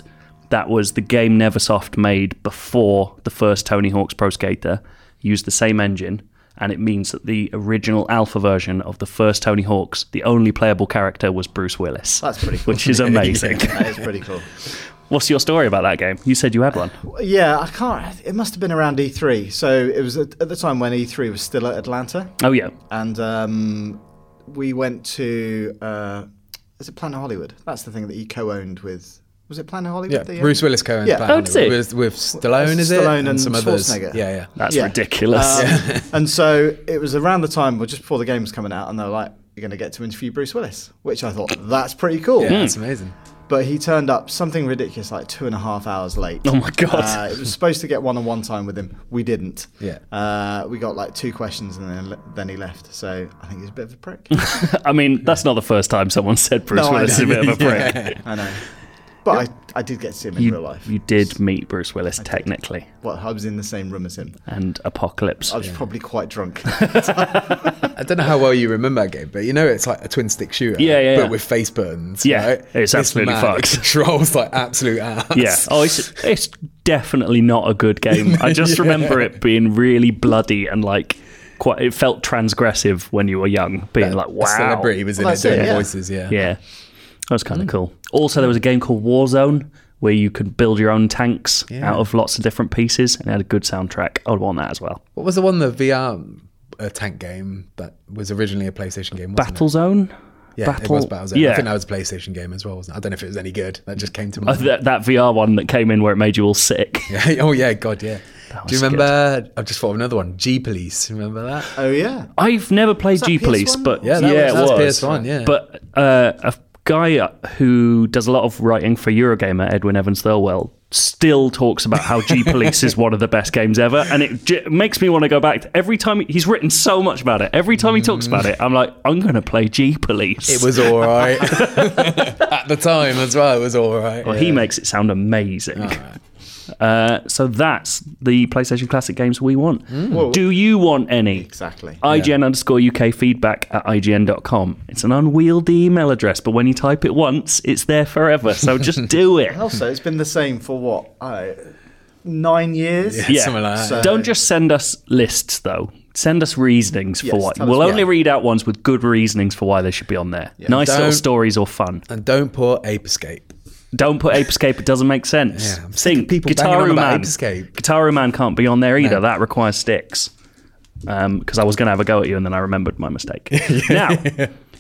Speaker 1: that was the game NeverSoft made before the first Tony Hawk's Pro Skater used the same engine, and it means that the original alpha version of the first Tony Hawk's, the only playable character was Bruce Willis.
Speaker 2: That's pretty cool.
Speaker 1: Which is amazing.
Speaker 2: that is pretty cool.
Speaker 1: What's your story about that game? You said you had one.
Speaker 2: Yeah, I can't. It must have been around E3. So it was at, at the time when E3 was still at Atlanta,
Speaker 1: Oh yeah,
Speaker 2: and um, we went to uh, is it Planet Hollywood? That's the thing that he co-owned with Was it Planet
Speaker 3: Yeah,
Speaker 2: Hollywood? The, um,
Speaker 3: Bruce Willis co-owns
Speaker 2: Yeah.
Speaker 3: Planet
Speaker 1: Oh, does he?
Speaker 3: Hollywood with, with Stallone, is it?
Speaker 2: Stallone and
Speaker 3: some others.
Speaker 2: Schwarzenegger.
Speaker 3: Yeah, yeah.
Speaker 1: That's
Speaker 2: Yeah.
Speaker 1: ridiculous.
Speaker 2: Um, and so it was around the time, well, just before the game was coming out, and they were like, "You're going to get to interview Bruce Willis," which I thought that's pretty cool.
Speaker 3: Yeah,
Speaker 1: Hmm.
Speaker 3: that's amazing.
Speaker 2: But he turned up something ridiculous, like two and a half hours late.
Speaker 1: Oh my God.
Speaker 2: Uh, it was supposed to get one-on-one time with him. We didn't.
Speaker 3: Yeah.
Speaker 2: Uh, we got like two questions, and then then he left. So I think he's a bit of a prick.
Speaker 1: I mean, that's not the first time someone said Bruce
Speaker 2: No, I
Speaker 1: Willis is a
Speaker 2: know.
Speaker 1: bit of a prick.
Speaker 2: I know. But I, I did get to see him in
Speaker 1: You,
Speaker 2: real life.
Speaker 1: you did meet Bruce Willis technically,
Speaker 2: Well, I was in the same room as him.
Speaker 1: and Apocalypse.
Speaker 2: I
Speaker 3: Oh,
Speaker 2: was probably quite drunk.
Speaker 3: I don't know how well you remember that game, but you know it's like a twin stick shooter.
Speaker 1: Yeah, yeah,
Speaker 3: But
Speaker 1: yeah.
Speaker 3: with face buttons.
Speaker 1: Yeah,
Speaker 3: right?
Speaker 1: it's
Speaker 3: This
Speaker 1: absolutely
Speaker 3: man
Speaker 1: fucked.
Speaker 3: Controls like absolute ass.
Speaker 1: yeah. Oh, it's it's definitely not a good game. I just remember it being really bloody and like quite. It felt transgressive when you were young, being like,
Speaker 3: A
Speaker 1: "Wow."
Speaker 3: celebrity was Mm. in
Speaker 2: Well,
Speaker 3: it
Speaker 2: that's
Speaker 3: doing
Speaker 2: it, yeah.
Speaker 3: voices. Yeah.
Speaker 1: Yeah, that was kind of cool. Also, there was a game called Warzone where you could build your own tanks out of lots of different pieces, and it had a good soundtrack. I'd want that as well.
Speaker 3: What was the one the VR uh, tank game that was originally a PlayStation game? Wasn't It?
Speaker 1: Battlezone.
Speaker 3: Yeah, it was Battlezone. I think that was a PlayStation game as well. Wasn't it? I don't know if it was any good. That just came to
Speaker 1: Uh,
Speaker 3: mind.
Speaker 1: that, that VR one that came in where it made you all sick.
Speaker 3: Yeah. Oh yeah, God, yeah. Do you
Speaker 1: was
Speaker 3: remember? I've just thought of another one. G Police. Remember that?
Speaker 2: oh yeah.
Speaker 1: I've never played G
Speaker 2: PS1?
Speaker 1: Police, but
Speaker 3: Yeah,
Speaker 1: yeah,
Speaker 3: that was,
Speaker 1: it
Speaker 3: that
Speaker 1: was.
Speaker 3: was PS1. Yeah.
Speaker 1: But uh, a guy who does a lot of writing for Eurogamer, Edwin Evans Thirlwell, still talks about how G Police is one of the best games ever, and it j- makes me want to go back. To, every time he- he's written so much about it, every time he talks about it, I'm like, I'm going to play G Police.
Speaker 3: it was all right at the time as well. It was all right.
Speaker 1: Well,
Speaker 3: yeah.
Speaker 1: he makes it sound amazing. Uh, so that's the PlayStation Classic games we want.
Speaker 3: Hmm.
Speaker 1: Do you want any?
Speaker 2: Exactly.
Speaker 1: IGN underscore UK feedback at IGN.com. It's an unwieldy email address, but when you type it once, it's there forever. So just do it.
Speaker 2: Also, it's been the same for what I, nine years.
Speaker 1: Yeah.
Speaker 3: Something like that.
Speaker 2: So-
Speaker 1: Don't just send us lists, though. Send us reasonings for
Speaker 2: Yes,
Speaker 1: why.
Speaker 2: tell us
Speaker 1: We'll
Speaker 2: why.
Speaker 1: only read out ones with good reasonings for why they should be on there. nice
Speaker 3: Don't-
Speaker 1: little stories or fun.
Speaker 3: and don't put Ape Escape.
Speaker 1: Don't put Ape Escape. It doesn't make sense.
Speaker 3: Yeah, I'm sick
Speaker 1: Think
Speaker 3: of people banging on
Speaker 1: Guitar
Speaker 3: about
Speaker 1: Man.
Speaker 3: Ape Escape.
Speaker 1: Guitar Man can't be on there either. That requires sticks. Because I was going to have a go at you, and then I remembered my mistake. Now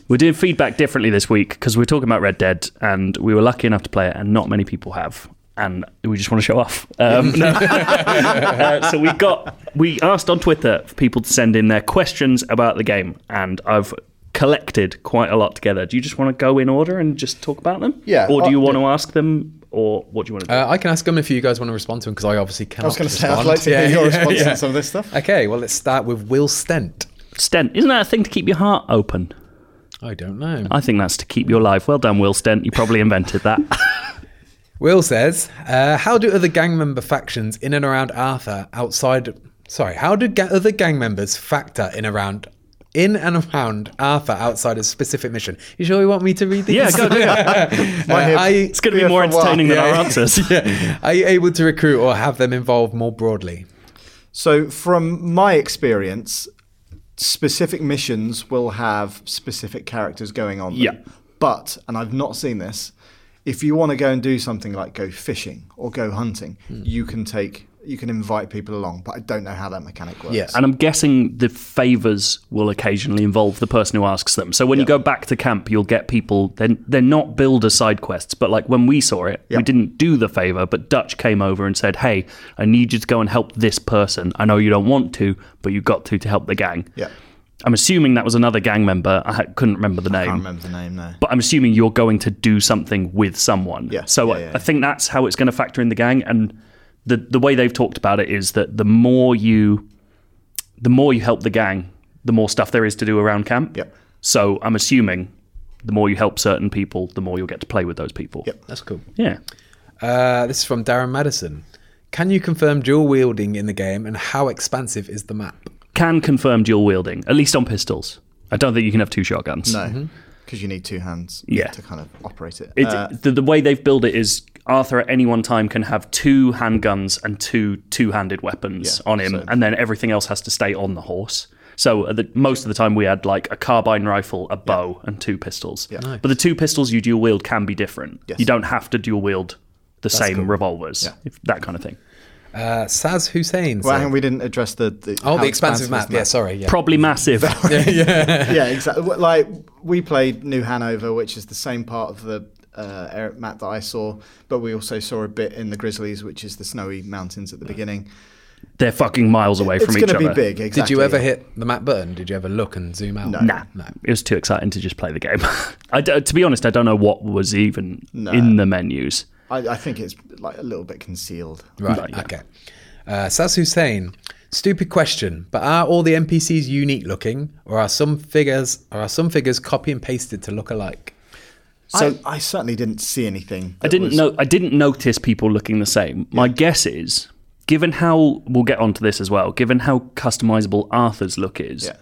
Speaker 1: we're doing feedback differently this week because we're talking about Red Dead, and we were lucky enough to play it, and not many people have. And we just want to show off. Um, no. Uh, so we got we asked on Twitter for people to send in their questions about the game, and I've collected quite a lot together. Do you just want to go in order and just talk about them?
Speaker 2: Yeah.
Speaker 1: Or do you
Speaker 2: Uh,
Speaker 1: want to ask them, or what do you want to do?
Speaker 3: Uh, I can ask them if you guys want to respond to them because I obviously cannot.
Speaker 2: I was going to
Speaker 3: to
Speaker 2: say, I'd like to hear your response on some of this stuff.
Speaker 3: Okay, well, let's start with Will Stent.
Speaker 1: Stent, isn't that a thing to keep your heart open?
Speaker 3: I don't know.
Speaker 1: I think that's to keep you alive. Well done, Will Stent. You probably invented that.
Speaker 3: Will says, uh, "How do other gang member factions in and around Arthur outside? Sorry, how do ga- other gang members factor in around?" In and around Arthur outside a specific mission. You sure you want me to read these?
Speaker 1: Yeah, go do it.
Speaker 3: Uh,
Speaker 2: My hip-
Speaker 3: I,
Speaker 1: It's going to
Speaker 2: Yeah,
Speaker 1: be more
Speaker 2: for a while.
Speaker 1: entertaining than
Speaker 3: Yeah.
Speaker 1: our answers.
Speaker 3: yeah. Are you able to recruit or have them involved more broadly?
Speaker 2: So, from my experience, specific missions will have specific characters going on. them.
Speaker 1: Yeah.
Speaker 2: But, and I've not seen this, if you want to go and do something like go fishing or go hunting,
Speaker 3: Hmm.
Speaker 2: you can take, you can invite people along. But I don't know how that mechanic works.
Speaker 3: Yeah.
Speaker 1: And I'm guessing the favors will occasionally involve the person who asks them. So when you go back to camp, you'll get people. They're, they're not builder side quests, but like when we saw it,
Speaker 2: Yeah.
Speaker 1: we didn't do the favor, but Dutch came over and said, Hey, I need you to go and help this person. I know you don't want to, but you got to to help the gang.
Speaker 2: Yeah.
Speaker 1: I'm assuming that was another gang member. I ha- couldn't remember the name.
Speaker 2: I can't remember the name now.
Speaker 1: But I'm assuming you're going to do something with someone.
Speaker 2: Yeah,
Speaker 1: So
Speaker 2: yeah,
Speaker 1: I,
Speaker 2: yeah,
Speaker 1: I think that's how it's going to factor in the gang. And the the way they've talked about it is that the more you, the more you help the gang, the more stuff there is to do around camp.
Speaker 2: Yep.
Speaker 1: So I'm assuming the more you help certain people, the more you'll get to play with those people.
Speaker 2: Yep.
Speaker 3: That's cool.
Speaker 1: Yeah.
Speaker 3: Uh, this is from Darren Madison. Can you confirm dual wielding in the game and how expansive is the map?
Speaker 1: Can confirm dual wielding, at least on pistols. I don't think you can have two shotguns.
Speaker 2: No.
Speaker 3: Mm-hmm.
Speaker 2: Because Uh, you need two hands
Speaker 1: Yeah.
Speaker 2: to kind of operate it.
Speaker 1: It,
Speaker 2: Uh,
Speaker 1: the, the way they've built it is Arthur at any one time can have two handguns and two two-handed weapons
Speaker 2: Yeah,
Speaker 1: on him,
Speaker 2: so-
Speaker 1: and then everything else has to stay on the horse. So at the, most of the time we had like a carbine rifle, a bow, and two pistols.
Speaker 2: Yeah.
Speaker 1: But the two pistols you dual wield can be different.
Speaker 2: Yes.
Speaker 1: You don't have to dual wield the same revolvers,
Speaker 2: Yeah.
Speaker 1: if, that kind of thing.
Speaker 3: Uh, Saz Hussein.
Speaker 2: well,
Speaker 3: said-
Speaker 2: hang on, we didn't address the, the how
Speaker 3: oh, the expansive
Speaker 2: is
Speaker 3: map.
Speaker 2: the
Speaker 3: Yeah, sorry. Yeah.
Speaker 1: Probably massive.
Speaker 2: yeah, exactly. Like we played New Hanover, which is the same part of the uh, air- map that I saw, but we also saw a bit in the Grizzlies, which is the snowy mountains at the beginning.
Speaker 1: They're fucking miles away
Speaker 2: It's
Speaker 1: from
Speaker 2: going
Speaker 1: each
Speaker 2: to be
Speaker 1: other.
Speaker 2: big. Exactly.
Speaker 3: Did you ever hit the map button? Did you ever look and zoom out?
Speaker 1: Nah, it was too exciting to just play the game. I d- to be honest, I don't know what was even in the menus.
Speaker 2: I, I think it's like a little bit concealed.
Speaker 3: Right. Okay. Uh, Sas Hussein. Stupid question, but are all the NPCs unique looking, or are some figures, or are some figures copy and pasted to look alike?
Speaker 2: So I, I certainly didn't see anything.
Speaker 1: I
Speaker 2: that
Speaker 1: didn't
Speaker 2: was-
Speaker 1: know. I didn't notice people looking the same. My guess is, given how we'll get onto this as well, given how customizable Arthur's look is,
Speaker 2: Yeah.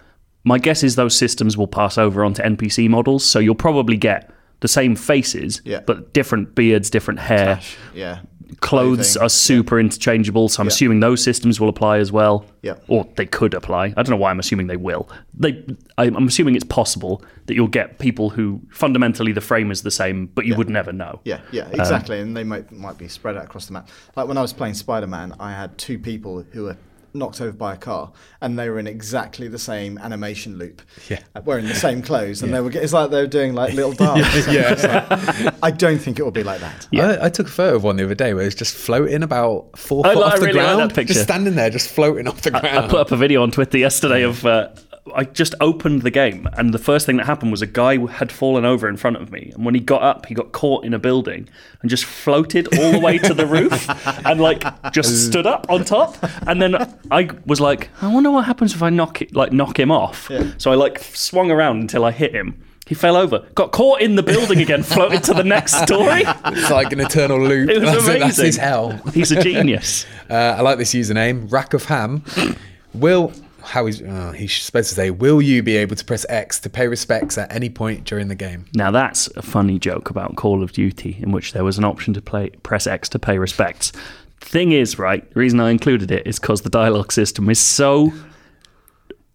Speaker 1: my guess is those systems will pass over onto NPC models. So you'll probably get the same faces,
Speaker 2: Yeah.
Speaker 1: but different beards, different hair.
Speaker 2: Yeah.
Speaker 1: Clothes
Speaker 2: Clothing.
Speaker 1: are super interchangeable, so I'm assuming those systems will apply as well.
Speaker 2: Yeah.
Speaker 1: Or they could apply. I don't know why I'm assuming they will. They, I- I'm assuming it's possible that you'll get people who fundamentally the frame is the same, but you would never know.
Speaker 2: Yeah, yeah,
Speaker 3: Um,
Speaker 2: exactly. and they might might be spread out across the map. Like when I was playing Spider Man, I had two people who were knocked over by a car, and they were in exactly the same animation loop.
Speaker 3: Yeah.
Speaker 2: uh, wearing the same clothes, and they were. get- It's like they were doing like little dance. yeah, I don't think it will be like that.
Speaker 3: I, I took a photo of one the other day where it was just floating about four
Speaker 1: I
Speaker 3: foot
Speaker 1: li-
Speaker 3: off
Speaker 1: I
Speaker 3: the
Speaker 1: really like
Speaker 3: ground,
Speaker 1: that picture.
Speaker 3: just standing there, just floating off the
Speaker 1: I
Speaker 3: ground.
Speaker 1: put up a video on Twitter yesterday of uh, I just opened the game, and the first thing that happened was a guy had fallen over in front of me, and when he got up, he got caught in a building and just floated all the way to the roof, and like just stood up on top. And then I was like, I wonder what happens if I knock it, like knock him off. So I like swung around until I hit him. He fell over, got caught in the building again, floated to the next story.
Speaker 3: it's like an eternal loop.
Speaker 1: It was
Speaker 3: that's,
Speaker 1: amazing.
Speaker 3: that's his hell.
Speaker 1: He's a genius.
Speaker 3: Uh, I like this username, Rack of Ham. Will how he's uh, he's supposed to say, will you be able to press X to pay respects at any point during the game?
Speaker 1: Now that's a funny joke about Call of Duty, in which there was an option to play press X to pay respects. Thing is, right, the reason I included it is because the dialogue system is so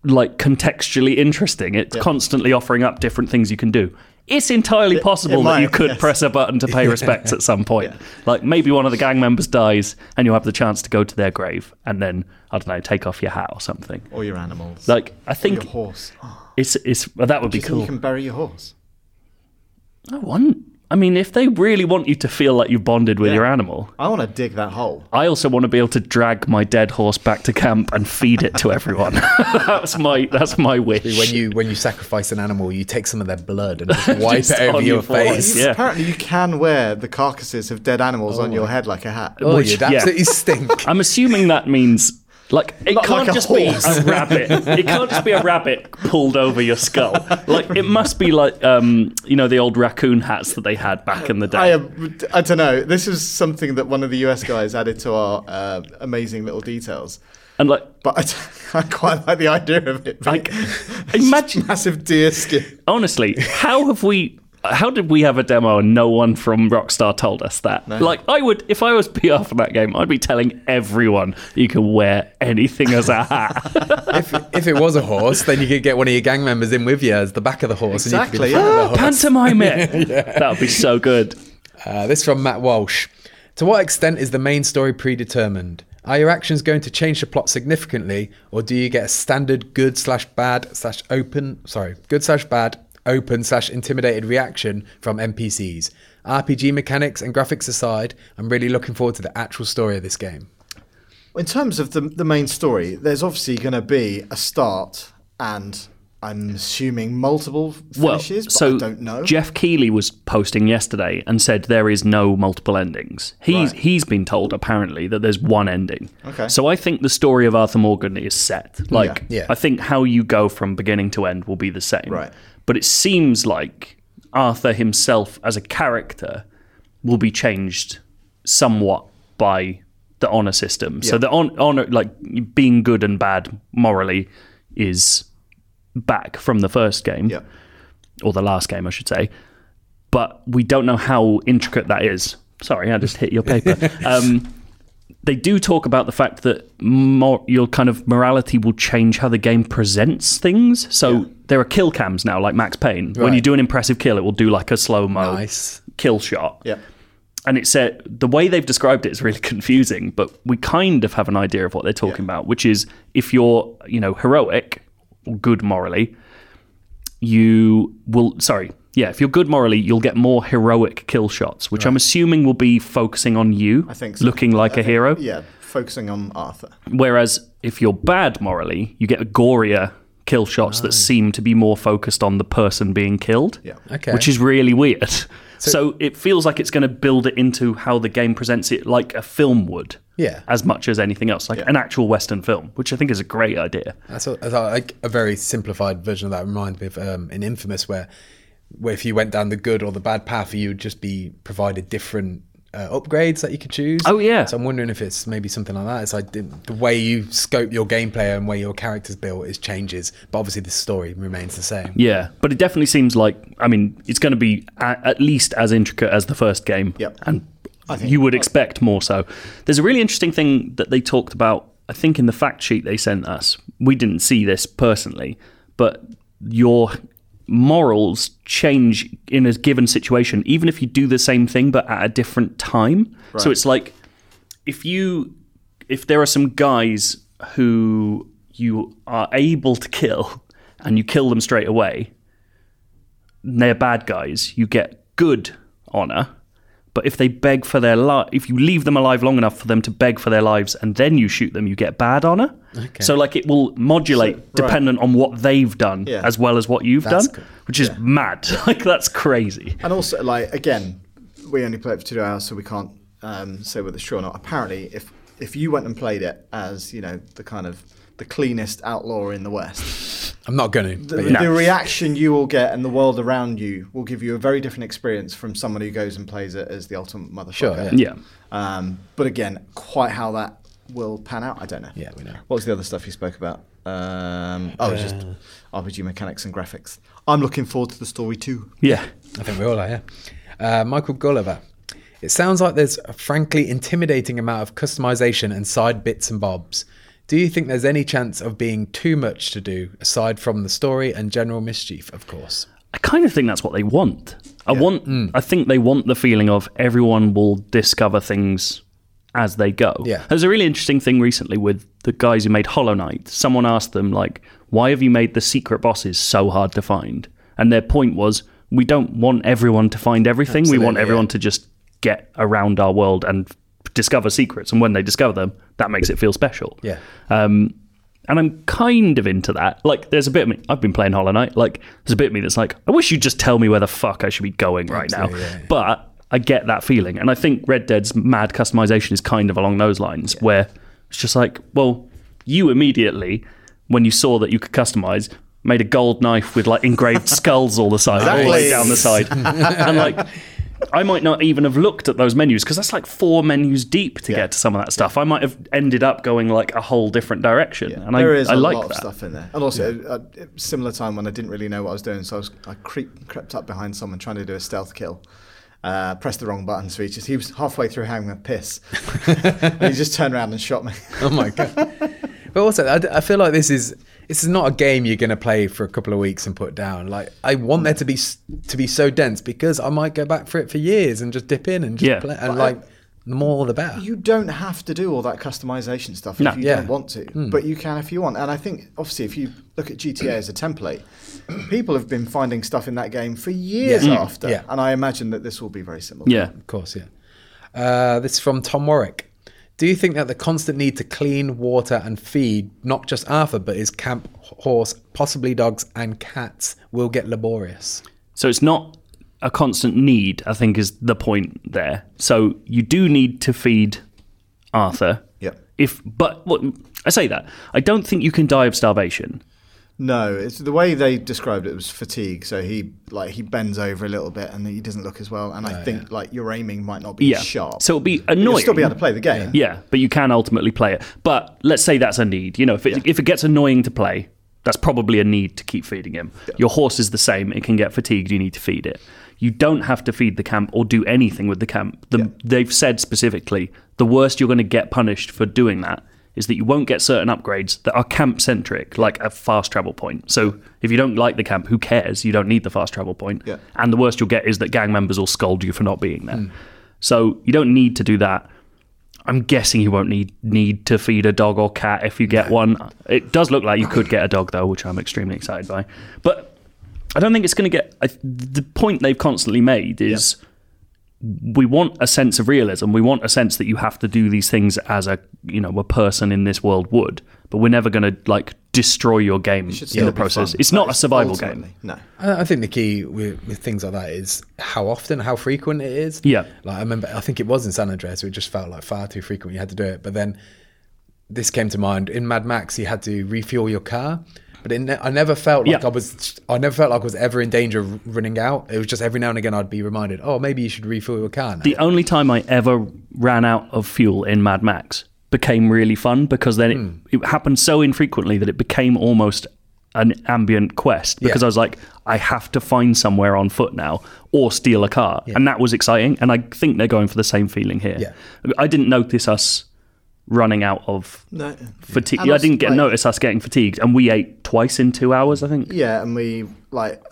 Speaker 1: like contextually interesting. It's constantly offering up different things you can do. It's entirely possible that
Speaker 2: might,
Speaker 1: you could
Speaker 2: yes.
Speaker 1: press a button to pay respects at some point. Like maybe one of the gang members dies and you have the chance to go to their grave and then I don't know, take off your hat or something.
Speaker 2: Or your animals.
Speaker 1: Like I think
Speaker 2: your horse. Oh,
Speaker 1: it's it's well, that would be
Speaker 2: do you think
Speaker 1: cool.
Speaker 2: you can bury your horse?
Speaker 1: I want. I mean, if they really want you to feel like you bonded with your animal,
Speaker 2: I want to dig that hole.
Speaker 1: I also want to be able to drag my dead horse back to camp and feed it to everyone. that's my that's my wish.
Speaker 3: when you when you sacrifice an animal, you take some of their blood and just wipe
Speaker 1: Just
Speaker 3: it over
Speaker 1: on
Speaker 3: your
Speaker 1: your forehead.
Speaker 3: face.
Speaker 1: Yeah.
Speaker 2: Apparently, Oh, you can wear the carcasses of dead animals on your head like a hat.
Speaker 3: Oh,
Speaker 1: Which-
Speaker 3: you'd
Speaker 1: yeah.
Speaker 3: absolutely stink.
Speaker 1: I'm assuming that means like it
Speaker 2: Not
Speaker 1: can't
Speaker 2: like a
Speaker 1: just
Speaker 2: horse.
Speaker 1: be a rabbit. It can't just be a rabbit pulled over your skull. Like it must be like um, you know the old raccoon hats that they had back in the day.
Speaker 2: I, am- I don't know. This is something that one of the US guys added to our uh, amazing little details.
Speaker 1: and like
Speaker 2: But I, t- I quite like the idea of it. being-
Speaker 1: Like,
Speaker 2: it's just
Speaker 1: imagine-
Speaker 2: massive deer skin.
Speaker 1: honestly, how have we? How did we have a demo and no one from Rockstar told us that? Like, I would, if I was PR for that game, I'd be telling everyone you can wear anything as a hat.
Speaker 3: if, if it was a horse, then you could get one of your gang members in with you as the back of the horse. And
Speaker 2: Exactly,
Speaker 3: you could be the front
Speaker 2: yeah.
Speaker 3: of the horse.
Speaker 1: Pantomime it. That would be so good.
Speaker 3: Uh, this from Matt Walsh. To what extent is the main story predetermined? Are your actions going to change the plot significantly, or do you get a standard good slash bad slash open? Sorry, good slash bad open slash intimidated reaction from NPCs. RPG mechanics and graphics aside, I'm really looking forward to the actual story of this game.
Speaker 2: In terms of the, the main story, there's obviously going to be a start and I'm assuming multiple finishes, but
Speaker 1: so
Speaker 2: I don't know.
Speaker 1: Jeff Keighley was posting yesterday and said there is no multiple endings. He's
Speaker 2: Right.
Speaker 1: he's been told apparently that there's one ending.
Speaker 2: Okay.
Speaker 1: So I think the story of Arthur Morgan is set. Like
Speaker 3: Yeah.
Speaker 1: I think how you go from beginning to end will be the same.
Speaker 2: Right.
Speaker 1: But it seems like Arthur himself as a character will be changed somewhat by the honor system. So the on, honor like being good and bad morally is back from the first game
Speaker 2: yeah.
Speaker 1: or the last game, I should say. But we don't know how intricate that is. Sorry, I just hit your paper. um, they do talk about the fact that mor- your kind of morality will change how the game presents things. So there are kill cams now, like Max Payne. When you
Speaker 3: Right.
Speaker 1: do an impressive kill, it will do like a slow mo
Speaker 3: Nice.
Speaker 1: kill shot.
Speaker 2: Yeah.
Speaker 1: And it said the way they've described it is really confusing, but we kind of have an idea of what they're talking about, which is if you're, you know, heroic or good morally, you will sorry, Yeah, if you're good morally, you'll get more heroic kill shots, which I'm assuming will be focusing on you,
Speaker 2: I think so.
Speaker 1: looking like
Speaker 2: I
Speaker 1: a
Speaker 2: think-
Speaker 1: hero.
Speaker 2: Yeah, focusing on Arthur.
Speaker 1: Whereas if you're bad morally, you get a gorier kill shots that seem to be more focused on the person being killed.
Speaker 2: Yeah.
Speaker 3: Okay.
Speaker 1: Which is really weird. So, it feels like it's going to build it into how the game presents it like a film would.
Speaker 3: Yeah.
Speaker 1: As much as anything else, like an actual Western film, which I think is a great idea.
Speaker 3: That's a, that's a, like a very simplified version of that. Reminds me of um, in Infamous, where where if you went down the good or the bad path, you'd just be provided different uh, upgrades that you could choose.
Speaker 1: Oh, yeah.
Speaker 3: So I'm wondering if it's maybe something like that. It's like the, the way you scope your gameplay and where your character's built is changes, but obviously the story remains the same.
Speaker 1: Yeah, but it definitely seems like I mean it's going to be a- at least as intricate as the first game.
Speaker 2: Yep.
Speaker 1: and you would expect more so. There's a really interesting thing that they talked about. I think in the fact sheet they sent us, we didn't see this personally, but your morals change in a given situation, even if you do the same thing but at a different time. So it's like if you if there are some guys who you are able to kill and you kill them straight away and they're bad guys you get good honor but if they beg for their life if you leave them alive long enough for them to beg for their lives and then you shoot them you get bad honor so like it will modulate dependent on what they've done
Speaker 2: Yeah.
Speaker 1: as well as what you've
Speaker 3: That's
Speaker 1: done
Speaker 3: cool.
Speaker 1: which is mad like that's crazy
Speaker 2: And also, like again, we only play it for two hours, so we can't um, say whether it's true or not. Apparently, if if you went and played it as you know the kind of the cleanest outlaw in the West,
Speaker 3: I'm not going to.
Speaker 2: the, the reaction you will get and the world around you will give you a very different experience from someone who goes and plays it as the ultimate motherfucker.
Speaker 3: Sure, yeah.
Speaker 1: yeah
Speaker 2: Um, but again, quite how that will pan out, I don't know.
Speaker 3: Yeah, we know.
Speaker 2: What was the other stuff you spoke about? Um, oh, it was just RPG mechanics and graphics. I'm looking forward to the story too.
Speaker 1: yeah
Speaker 3: I think we all are, yeah. Uh, Michael Gulliver. It sounds like there's a frankly intimidating amount of customization and side bits and bobs. Do you think there's any chance of being too much to do, aside from the story and general mischief, of course?
Speaker 1: I kind of think that's what they want. I want.
Speaker 3: Hmm.
Speaker 1: I think they want the feeling of everyone will discover things as they go.
Speaker 3: Yeah.
Speaker 1: There's a really interesting thing recently with the guys who made Hollow Knight. Someone asked them like, "Why have you made the secret bosses so hard to find?" And their point was, "We don't want everyone to find everything. we want
Speaker 3: Absolutely,
Speaker 1: everyone to just get around our world and discover secrets. And when they discover them, that makes it feel special."
Speaker 3: Yeah.
Speaker 1: Um, and I'm kind of into that. Like, there's a bit of me. I've been playing Hollow Knight. Like, there's a bit of me that's like, I wish you'd just tell me where the fuck I should be going right now. But I get that feeling, and I think Red Dead's mad customization is kind of along those lines, where it's just like, well, you immediately, when you saw that you could customize, made a gold knife with like engraved skulls all the side, all the way
Speaker 2: Exactly.
Speaker 1: down the side, and like. I might not even have looked at those menus because that's like four menus deep to get to some of that stuff. I might have ended up going like a whole different direction, and
Speaker 2: there
Speaker 1: I,
Speaker 2: is
Speaker 1: I
Speaker 2: a
Speaker 1: like
Speaker 2: lot
Speaker 1: that.
Speaker 2: of stuff in there. And also, uh, uh, similar time when I didn't really know what I was doing, so I, was, I creep, crept up behind someone trying to do a stealth kill. Uh, pressed the wrong buttons for each. He was halfway through having a piss. and he just turned around and shot me.
Speaker 3: Oh my god! but also, I, d- I feel like this is this is not a game you're going to play for a couple of weeks and put down. Like, I want there to be s- to be so dense because I might go back for it for years and just dip in and just
Speaker 1: Yeah.
Speaker 3: play and like the more the better.
Speaker 2: You don't have to do all that customization stuff
Speaker 1: No. Hmm.
Speaker 2: if you
Speaker 3: Yeah.
Speaker 2: don't want to, but you can if you want. And I think, obviously, if you look at GTA as a template, people have been finding stuff in that game for years after.
Speaker 3: Yeah.
Speaker 2: And I imagine that this will be very similar.
Speaker 1: Hmm. Yeah,
Speaker 3: Of course, yeah. Uh, this is from Tom Warwick. Do you think that the constant need to clean, water, and feed not just Arthur but his camp h- horse, possibly dogs and cats, will get laborious?
Speaker 1: so it's not a constant need. I think is the point there. So you do need to feed Arthur.
Speaker 2: Yep.
Speaker 1: If but what I say that I don't think you can die of starvation.
Speaker 2: No, it's the way they described it was fatigue. So he like he bends over a little bit and he doesn't look as well. And I think like your aiming might not be
Speaker 1: Yeah.
Speaker 2: sharp.
Speaker 1: So it'll be
Speaker 2: you'll
Speaker 1: annoying.
Speaker 2: still be able to play the game.
Speaker 1: Yeah, but you can ultimately play it. But let's say that's a need. You know, if it, if it gets annoying to play, that's probably a need to keep feeding him. Your horse is the same; it can get fatigued. You need to feed it. You don't have to feed the camp or do anything with the camp. The, They've said specifically the worst you're going to get punished for doing that is that you won't get certain upgrades that are camp centric, like a fast travel point. So if you don't like the camp, who cares? You don't need the fast travel point.
Speaker 2: Yeah.
Speaker 1: And the worst you'll get is that gang members will scold you for not being there. So you don't need to do that. I'm guessing you won't need need to feed a dog or cat if you get one. It does look like you could get a dog though, which I'm extremely excited by. But I don't think it's going to get. I, the point they've constantly made is we want a sense of realism. We want a sense that you have to do these things as a you know a person in this world would. But we're never going to like destroy your game in the process. It's not a survival game.
Speaker 2: No.
Speaker 3: I I think the key with, with things like that is how often, how frequent it is.
Speaker 1: Yeah.
Speaker 3: Like I remember, I think it was in San Andreas, where it just felt like far too frequent. You had to do it, but then this came to mind in Mad Max. You had to refuel your car, but it ne- I never felt like
Speaker 1: Yeah.
Speaker 3: I was. I never felt like I was ever in danger of running out. It was just every now and again I'd be reminded, oh, maybe you should refuel your car. Now.
Speaker 1: The only time I ever ran out of fuel in Mad Max became really fun because then it,
Speaker 3: Hmm.
Speaker 1: it happened so infrequently that it became almost an ambient quest because
Speaker 3: Yeah.
Speaker 1: I was like, I have to find somewhere on foot now or steal a car. And that was exciting. And I think they're going for the same feeling here.
Speaker 3: Yeah.
Speaker 1: I didn't notice us running out of
Speaker 2: No.
Speaker 1: fatigue.
Speaker 2: And
Speaker 1: I
Speaker 2: also,
Speaker 1: didn't get
Speaker 2: like-
Speaker 1: notice us getting fatigued. And we ate twice in two hours, I think.
Speaker 2: Yeah, and we like.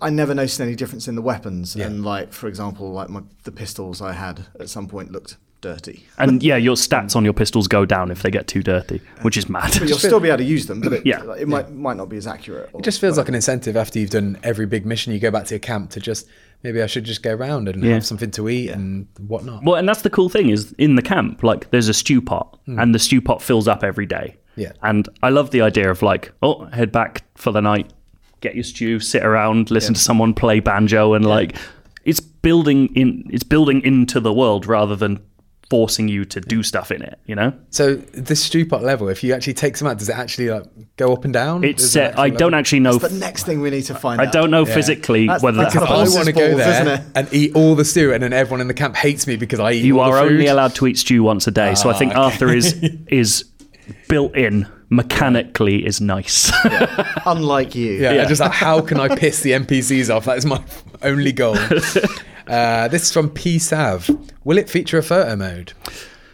Speaker 2: I never noticed any difference in the weapons, and like for example, like my, the pistols I had at some point looked dirty.
Speaker 1: And yeah, your stats on your pistols go down if they get too dirty, which is mad.
Speaker 2: But you'll still be able to use them, but it,
Speaker 1: Yeah.
Speaker 2: like, it might might not be as accurate. Or,
Speaker 3: It just feels like an incentive after you've done every big mission. You go back to your camp to just maybe I should just go around and have something to eat and whatnot.
Speaker 1: Well, and that's the cool thing is in the camp, like there's a stew pot, and the stew pot fills up every day.
Speaker 3: Hmm. Yeah.
Speaker 1: And I love the idea of like, oh, head back for the night, get your stew, sit around, listen to someone play banjo, and like, it's building in, it's building into the world rather than forcing you to do stuff in it. You know,
Speaker 3: So this stew pot level, if you actually take some out, does it actually like go up and down?
Speaker 1: it's
Speaker 3: Is it
Speaker 1: set. I
Speaker 3: actually
Speaker 1: don't actually know.
Speaker 2: the next thing we need to find.
Speaker 1: I don't know
Speaker 3: Yeah.
Speaker 1: physically
Speaker 2: That's-
Speaker 1: whether that
Speaker 2: that's a
Speaker 3: Because I
Speaker 1: happens.
Speaker 2: Balls
Speaker 3: want to
Speaker 2: is
Speaker 3: go
Speaker 2: balls, isn't it?
Speaker 3: there and eat all the stew, and then everyone in the camp hates me because I eat.
Speaker 1: You
Speaker 3: all the
Speaker 1: are only
Speaker 3: food.
Speaker 1: allowed to eat stew once a day, so I think
Speaker 3: Ah,
Speaker 1: Arthur is is built in mechanically is nice.
Speaker 2: Unlike you,
Speaker 3: Yeah, I just like, how can I piss the NPCs off? That is my only goal. Uh, this is from P Sav. Will it feature a photo mode?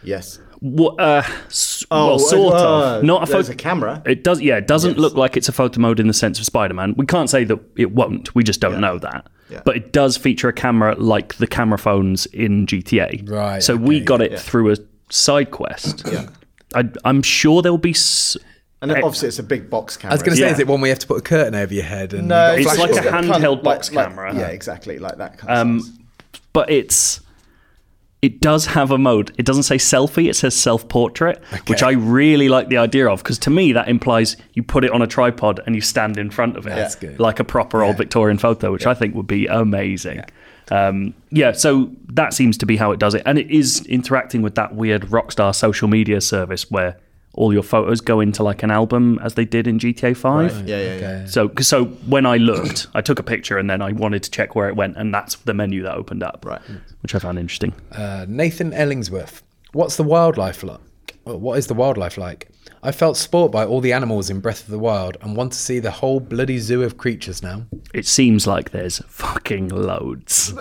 Speaker 2: yes.
Speaker 1: What, uh, s- well,
Speaker 2: uh,
Speaker 1: sort
Speaker 2: uh,
Speaker 1: of. Not a
Speaker 2: there's
Speaker 1: photo.
Speaker 2: a camera.
Speaker 1: It does. Yeah, it doesn't look like it's a photo mode in the sense of Spider-Man. We can't say that it won't. We just don't know that.
Speaker 2: Yeah.
Speaker 1: But it does feature a camera like the camera phones in GTA.
Speaker 3: Right,
Speaker 1: So we
Speaker 3: okay,
Speaker 1: got it through a side quest.
Speaker 2: Yeah.
Speaker 1: I, I'm sure there'll be. S-
Speaker 2: And obviously, it's a big box camera.
Speaker 3: I was going to say,
Speaker 1: Yeah.
Speaker 3: is it one where you have to put a curtain over your head? And
Speaker 2: No,
Speaker 1: It's like a
Speaker 2: got kind of
Speaker 1: handheld
Speaker 2: like-
Speaker 1: box
Speaker 2: like-
Speaker 1: camera.
Speaker 2: yeah, exactly, like that kind um, of. size.
Speaker 1: but it's it does have a mode. It doesn't say selfie, it says self portrait, which I really like the idea of because to me that implies you put it on a tripod and you stand in front of it.
Speaker 3: That's good.
Speaker 1: Like a proper old Victorian photo, which I think would be amazing. Yeah. Um, yeah, so that seems to be how it does it. And it is interacting with that weird Rockstar social media service where all your photos go into like an album as they did in GTA 5.
Speaker 2: Yeah, yeah, yeah.
Speaker 3: Okay.
Speaker 1: So, 'cause- so when I looked, I took a picture and then I wanted to check where it went, and that's the menu that opened up,
Speaker 2: Right.
Speaker 1: Which I found interesting.
Speaker 3: Uh, Nathan Ellingsworth. What's the wildlife like? What is the wildlife like? I felt sport by all the animals in Breath of the Wild and want to see the whole bloody zoo of creatures now.
Speaker 1: It seems like there's fucking loads,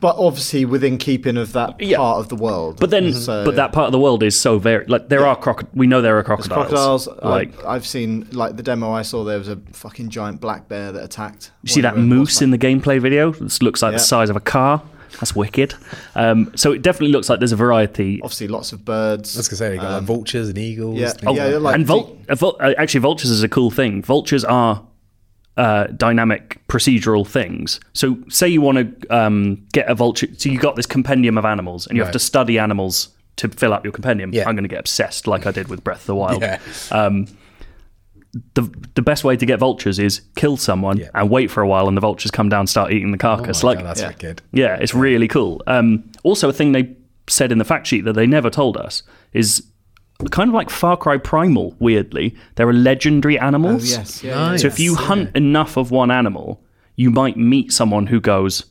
Speaker 2: But obviously, within keeping of that
Speaker 1: Yeah.
Speaker 2: part of the world.
Speaker 1: but then,
Speaker 2: So-
Speaker 1: but that part of the world is so very like there are croc. We know there are crocodiles.
Speaker 2: crocodiles. uh,
Speaker 1: like
Speaker 2: I, I've seen like the demo I saw. There was a fucking giant black bear that attacked.
Speaker 1: you see that moose in the gameplay video. This looks like
Speaker 2: Yeah.
Speaker 1: the size of a car. That's wicked. Um, so it definitely looks like there's a variety.
Speaker 2: Obviously, lots of birds.
Speaker 3: I was going to say, you got like vultures and eagles.
Speaker 2: Um, yeah, Oh,
Speaker 3: things
Speaker 2: yeah,
Speaker 3: like that.
Speaker 2: like
Speaker 1: and vul- uh, vul- uh, actually, vultures is a cool thing. Vultures are uh, dynamic procedural things. So, say you want to um, get a vulture, so you got this compendium of animals, and you have
Speaker 3: Right.
Speaker 1: to study animals to fill up your compendium.
Speaker 3: Yeah.
Speaker 1: I'm going to get obsessed, like I did with Breath of the Wild.
Speaker 3: Yeah.
Speaker 1: Um, the the best way to get vultures is kill someone
Speaker 3: Yeah.
Speaker 1: and wait for a while, and the vultures come down, and start eating the carcass.
Speaker 3: Oh my
Speaker 1: like
Speaker 3: God, that's
Speaker 2: yeah.
Speaker 3: wicked.
Speaker 1: yeah, it's really cool. Um, also, a thing they said in the fact sheet that they never told us is kind of like Far Cry Primal. Weirdly, there are legendary animals.
Speaker 2: Oh, yes, yeah, yeah,
Speaker 1: So if
Speaker 3: Uh,
Speaker 1: you hunt enough of one animal, you might meet someone who goes,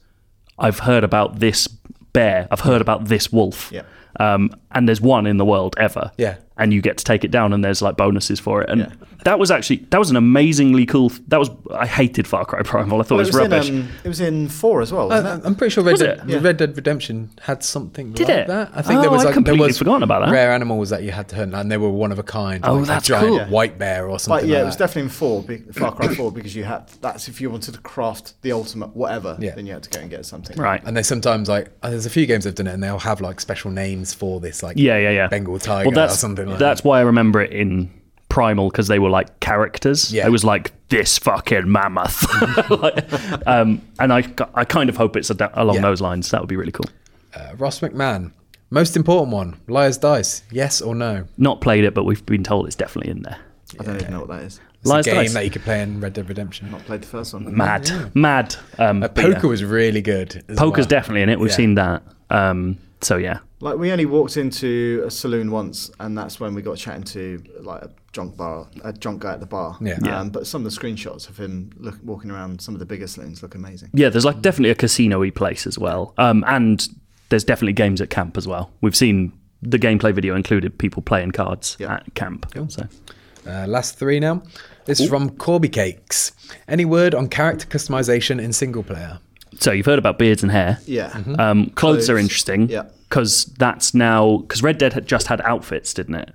Speaker 1: "I've heard about this bear. I've heard about this wolf."
Speaker 2: Yeah.
Speaker 1: Um, and there's one in the world ever.
Speaker 3: Yeah.
Speaker 1: And you get to take it down, and there's like bonuses for it. And that was actually that was an amazingly cool. That was I hated Far Cry Primal. I thought
Speaker 2: Well,
Speaker 1: it was, rubbish.
Speaker 2: In, um, it was in four as well. Wasn't
Speaker 3: I-
Speaker 2: it?
Speaker 3: uh, I'm pretty sure Red, Dead,
Speaker 2: Yeah.
Speaker 3: Red Dead Redemption had something
Speaker 1: Did
Speaker 3: like
Speaker 1: it?
Speaker 3: that. I think there
Speaker 1: Oh,
Speaker 3: was
Speaker 1: I
Speaker 3: like
Speaker 1: completely
Speaker 3: there was
Speaker 1: forgotten about that.
Speaker 3: Rare animals that you had to hunt, and they were one of a kind.
Speaker 1: Oh,
Speaker 3: like
Speaker 1: that's
Speaker 3: a giant
Speaker 1: cool.
Speaker 3: White bear or
Speaker 2: But
Speaker 3: something.
Speaker 2: yeah,
Speaker 3: like
Speaker 2: it was
Speaker 3: that.
Speaker 2: definitely in four, be- Far Cry Four, because you had that's if you wanted to craft the ultimate whatever,
Speaker 3: Yeah.
Speaker 2: then you had to go and get something.
Speaker 1: right.
Speaker 3: And they sometimes like oh, there's a few games I've done it, and they'll have like special names for this, like
Speaker 1: Yeah, yeah, yeah.
Speaker 3: Bengal tiger
Speaker 1: that's,
Speaker 3: or something like
Speaker 1: That's why I remember it in Primal because they were like characters.
Speaker 3: Yeah.
Speaker 1: It was like this fucking mammoth, Like, um, and I, I kind of hope it's ada- along
Speaker 3: Yeah.
Speaker 1: those lines. That would be really cool.
Speaker 3: Uh, Ross McMahon. Most important one, Liar's Dice. Yes or no?
Speaker 1: Not played it, but we've been told it's definitely in there.
Speaker 3: Oh,
Speaker 2: I don't even know what that is.
Speaker 3: It's
Speaker 1: Liar's
Speaker 3: a game
Speaker 1: Dice.
Speaker 3: that you could play in Red Dead Redemption.
Speaker 2: Not played the first one.
Speaker 1: Mad, mad. Um,
Speaker 3: Uh,
Speaker 1: but yeah.
Speaker 3: poker was really good. as
Speaker 1: Poker's
Speaker 3: well.
Speaker 1: definitely in it. We've
Speaker 3: Yeah.
Speaker 1: seen that. Um, so yeah,
Speaker 2: Like we only walked into a saloon once, and that's when we got chatting to like a drunk bar, a drunk guy at the bar.
Speaker 3: Yeah.
Speaker 2: Um,
Speaker 3: Yeah.
Speaker 2: But some of the screenshots of him look, walking around some of the bigger saloons look amazing.
Speaker 1: yeah. There's like definitely a casino-y place as well, um, and there's definitely games at camp as well. We've seen the gameplay video included people playing cards
Speaker 2: Yeah.
Speaker 1: at camp. So
Speaker 3: Uh, last three now. This is from Corby Cakes. Any word on character customization in single player?
Speaker 1: so you've heard about beards and hair.
Speaker 2: Yeah.
Speaker 1: Um, clothes, are
Speaker 2: Clothes.
Speaker 1: interesting
Speaker 2: Yeah.
Speaker 1: because that's now because Red Dead had just had outfits, didn't it?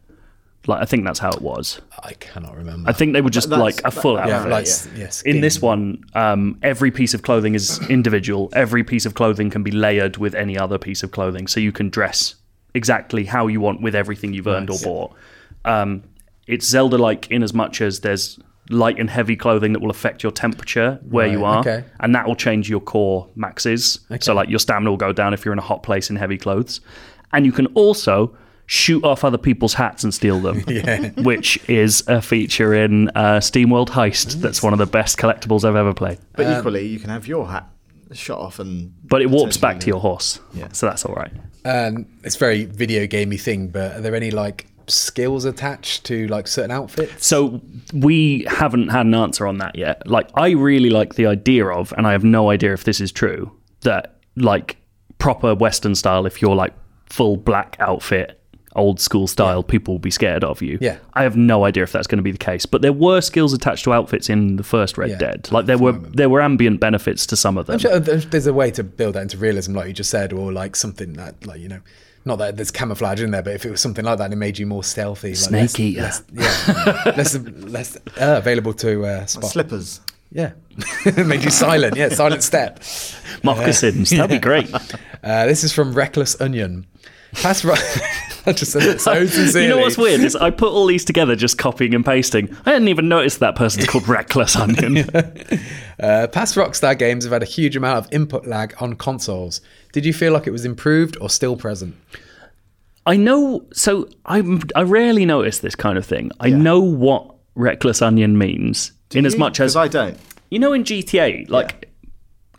Speaker 1: Like I think that's how it was.
Speaker 3: I cannot remember.
Speaker 1: I think they were just
Speaker 2: That's-
Speaker 1: like a full
Speaker 2: that-
Speaker 1: outfit.
Speaker 3: yeah, like,
Speaker 2: yeah.
Speaker 3: yes.
Speaker 1: In this one, um, every piece of clothing is individual. Every piece of clothing can be layered with any other piece of clothing, so you can dress exactly how you want with everything you've earned or bought. Um, it's Zelda-like in as much as there's light and heavy clothing that will affect your temperature where you
Speaker 3: Right,
Speaker 1: are,
Speaker 3: okay.
Speaker 1: and that will change your core maxes. So like your stamina will go down if you're in a hot place in heavy clothes, and you can also shoot off other people's hats and steal them, which is a feature in uh, SteamWorld Heist. That's one of the best collectibles I've ever played.
Speaker 2: But equally, you can have your hat shot off and.
Speaker 1: Um, But it warps back to your horse, so that's all right.
Speaker 3: Um, it's very video gamey thing, but are there any like skills attached to like certain outfits?
Speaker 1: So we haven't had an answer on that yet. Like I really like the idea of, and I have no idea if this is true, that like proper Western style, if you're like full black outfit, old school style, people will be scared of you.
Speaker 3: Yeah.
Speaker 1: I have no idea if that's going to be the case. But there were skills attached to outfits in the first Red
Speaker 3: Yeah.
Speaker 1: Dead. Like there were there were ambient benefits to some of them.
Speaker 3: Sure, There's there's a way to build that into realism, like you just said, or like something that, like you know, not that there's camouflage in there, but if it was something like that, and it made you more stealthy, like
Speaker 1: Snake
Speaker 3: less-
Speaker 1: eater.
Speaker 3: less, yeah, less, less uh, available to uh, spot.
Speaker 2: Slippers.
Speaker 3: Yeah, made you silent. Yeah, silent step.
Speaker 1: Moccasins, that'd be great.
Speaker 3: Uh, this is from Reckless Onion. Pass right. I just said it so sincerely.
Speaker 1: You know what's weird is I put all these together just copying and pasting. I didn't even notice that person's called Reckless Onion.
Speaker 3: Uh, past Rockstar games have had a huge amount of input lag on consoles. Did you feel like it was improved or still present?
Speaker 1: I know. So I I rarely notice this kind of thing. I know what reckless onion means in as much as
Speaker 2: Because I don't.
Speaker 1: you know in GTA, like.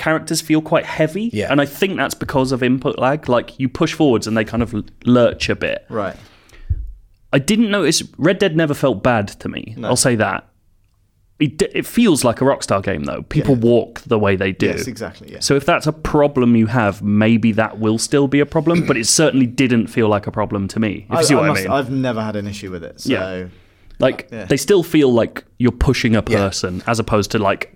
Speaker 1: Characters feel quite heavy,
Speaker 3: Yeah.
Speaker 1: and I think that's because of input lag. Like you push forwards and they kind of l- lurch a bit.
Speaker 2: Right.
Speaker 1: I didn't notice Red Dead never felt bad to me. I'll say that. It, d- it feels like a Rockstar game though. People walk the way they do.
Speaker 2: Yes, exactly. Yeah.
Speaker 1: So if that's a problem you have, maybe that will still be a problem. but it certainly didn't feel like a problem to me. If you see what I, mean.
Speaker 2: have never had an issue with it. So
Speaker 1: Yeah. Like they still feel like you're pushing a person as opposed to like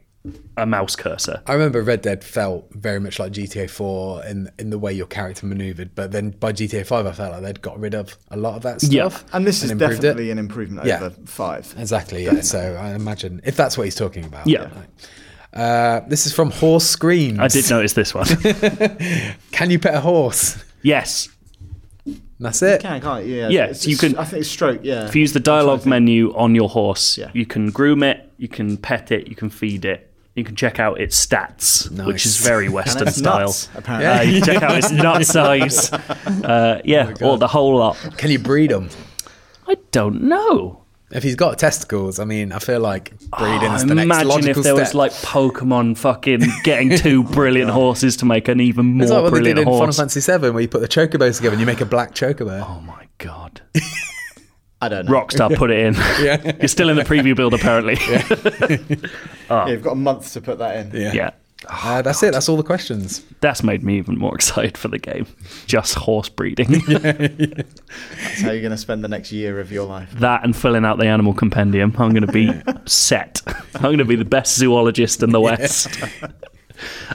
Speaker 1: a mouse cursor.
Speaker 3: I remember Red Dead felt very much like GTA 4 in in the way your character maneuvered, but then by GTA 5, I felt like they'd got rid of a lot of that
Speaker 1: Yeah.
Speaker 3: stuff.
Speaker 2: and this is
Speaker 3: improved it.
Speaker 2: definitely an improvement
Speaker 3: Yeah.
Speaker 2: over five.
Speaker 3: Exactly. Yeah. So I imagine if that's what he's talking about.
Speaker 1: Yeah.
Speaker 3: Uh, this is from Horse Screams.
Speaker 1: I did notice this one.
Speaker 3: Can you pet a horse?
Speaker 1: yes.
Speaker 3: And that's it.
Speaker 2: Can can't you? yeah.
Speaker 1: Yeah,
Speaker 2: It's
Speaker 1: so you
Speaker 2: just-
Speaker 1: can-
Speaker 2: I think it's stroke. Yeah.
Speaker 1: If you use the dialogue menu on your horse,
Speaker 2: Yeah.
Speaker 1: you can groom it, you can pet it, you can feed it. You can check out its stats, which is
Speaker 3: Nice.
Speaker 1: very Western
Speaker 2: it's
Speaker 1: style.
Speaker 2: nuts, apparently.
Speaker 1: Uh, you can check out its nut size. Uh,
Speaker 3: Oh
Speaker 1: yeah, or the whole lot.
Speaker 3: Can you breed them?
Speaker 1: I don't know.
Speaker 3: If he's got testicles, I mean, I feel like breeding's the next
Speaker 1: Imagine
Speaker 3: logical
Speaker 1: if there was
Speaker 3: step.
Speaker 1: like Pokemon fucking getting two brilliant horses to make an even more
Speaker 3: It's like what they did
Speaker 1: brilliant
Speaker 3: in Final
Speaker 1: horse.
Speaker 3: Fantasy VII, where you put the chocobos together and you make a black chocobo.
Speaker 1: Oh my god.
Speaker 2: I don't know.
Speaker 1: Rockstar put it in. You're still in the preview build apparently. Yeah.
Speaker 2: Yeah, you've got a month to put that in.
Speaker 3: Uh, that's it. That's all the questions.
Speaker 1: That's made me even more excited for the game. Just horse breeding.
Speaker 2: That's how you're going to spend the next year of your life.
Speaker 1: That and filling out the animal compendium. I'm going to be set. I'm going to be the best zoologist in the West.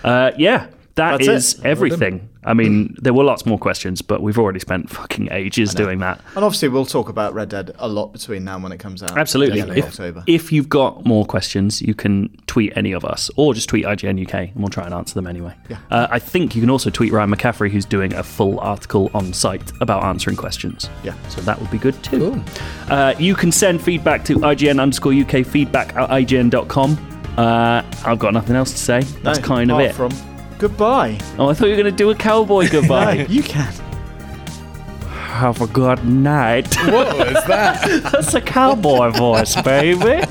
Speaker 1: Uh, yeah, that
Speaker 2: That's
Speaker 1: is
Speaker 2: it.
Speaker 1: everything. I mean, there were lots more questions, but we've already spent fucking ages doing that.
Speaker 2: And obviously, we'll talk about Red Dead a lot between now and when it comes out.
Speaker 1: Absolutely.
Speaker 2: Definitely
Speaker 1: If,
Speaker 2: October.
Speaker 1: if you've got more questions, you can tweet any of us or just tweet IGN UK and we'll try and answer them anyway.
Speaker 2: Yeah.
Speaker 1: Uh, I think you can also tweet Ryan McCaffrey, who's doing a full article on site about answering questions.
Speaker 2: Yeah.
Speaker 1: So that would be good too. Uh, you can send feedback to IGN underscore UK feedback at IGN.com. Uh, I've got nothing else to say. That's
Speaker 2: No,
Speaker 1: kind of
Speaker 2: apart
Speaker 1: it.
Speaker 2: From goodbye.
Speaker 1: oh, I thought you were going to do a cowboy goodbye.
Speaker 2: you can.
Speaker 1: Have a good night.
Speaker 3: What was that?
Speaker 1: That's a cowboy voice, baby.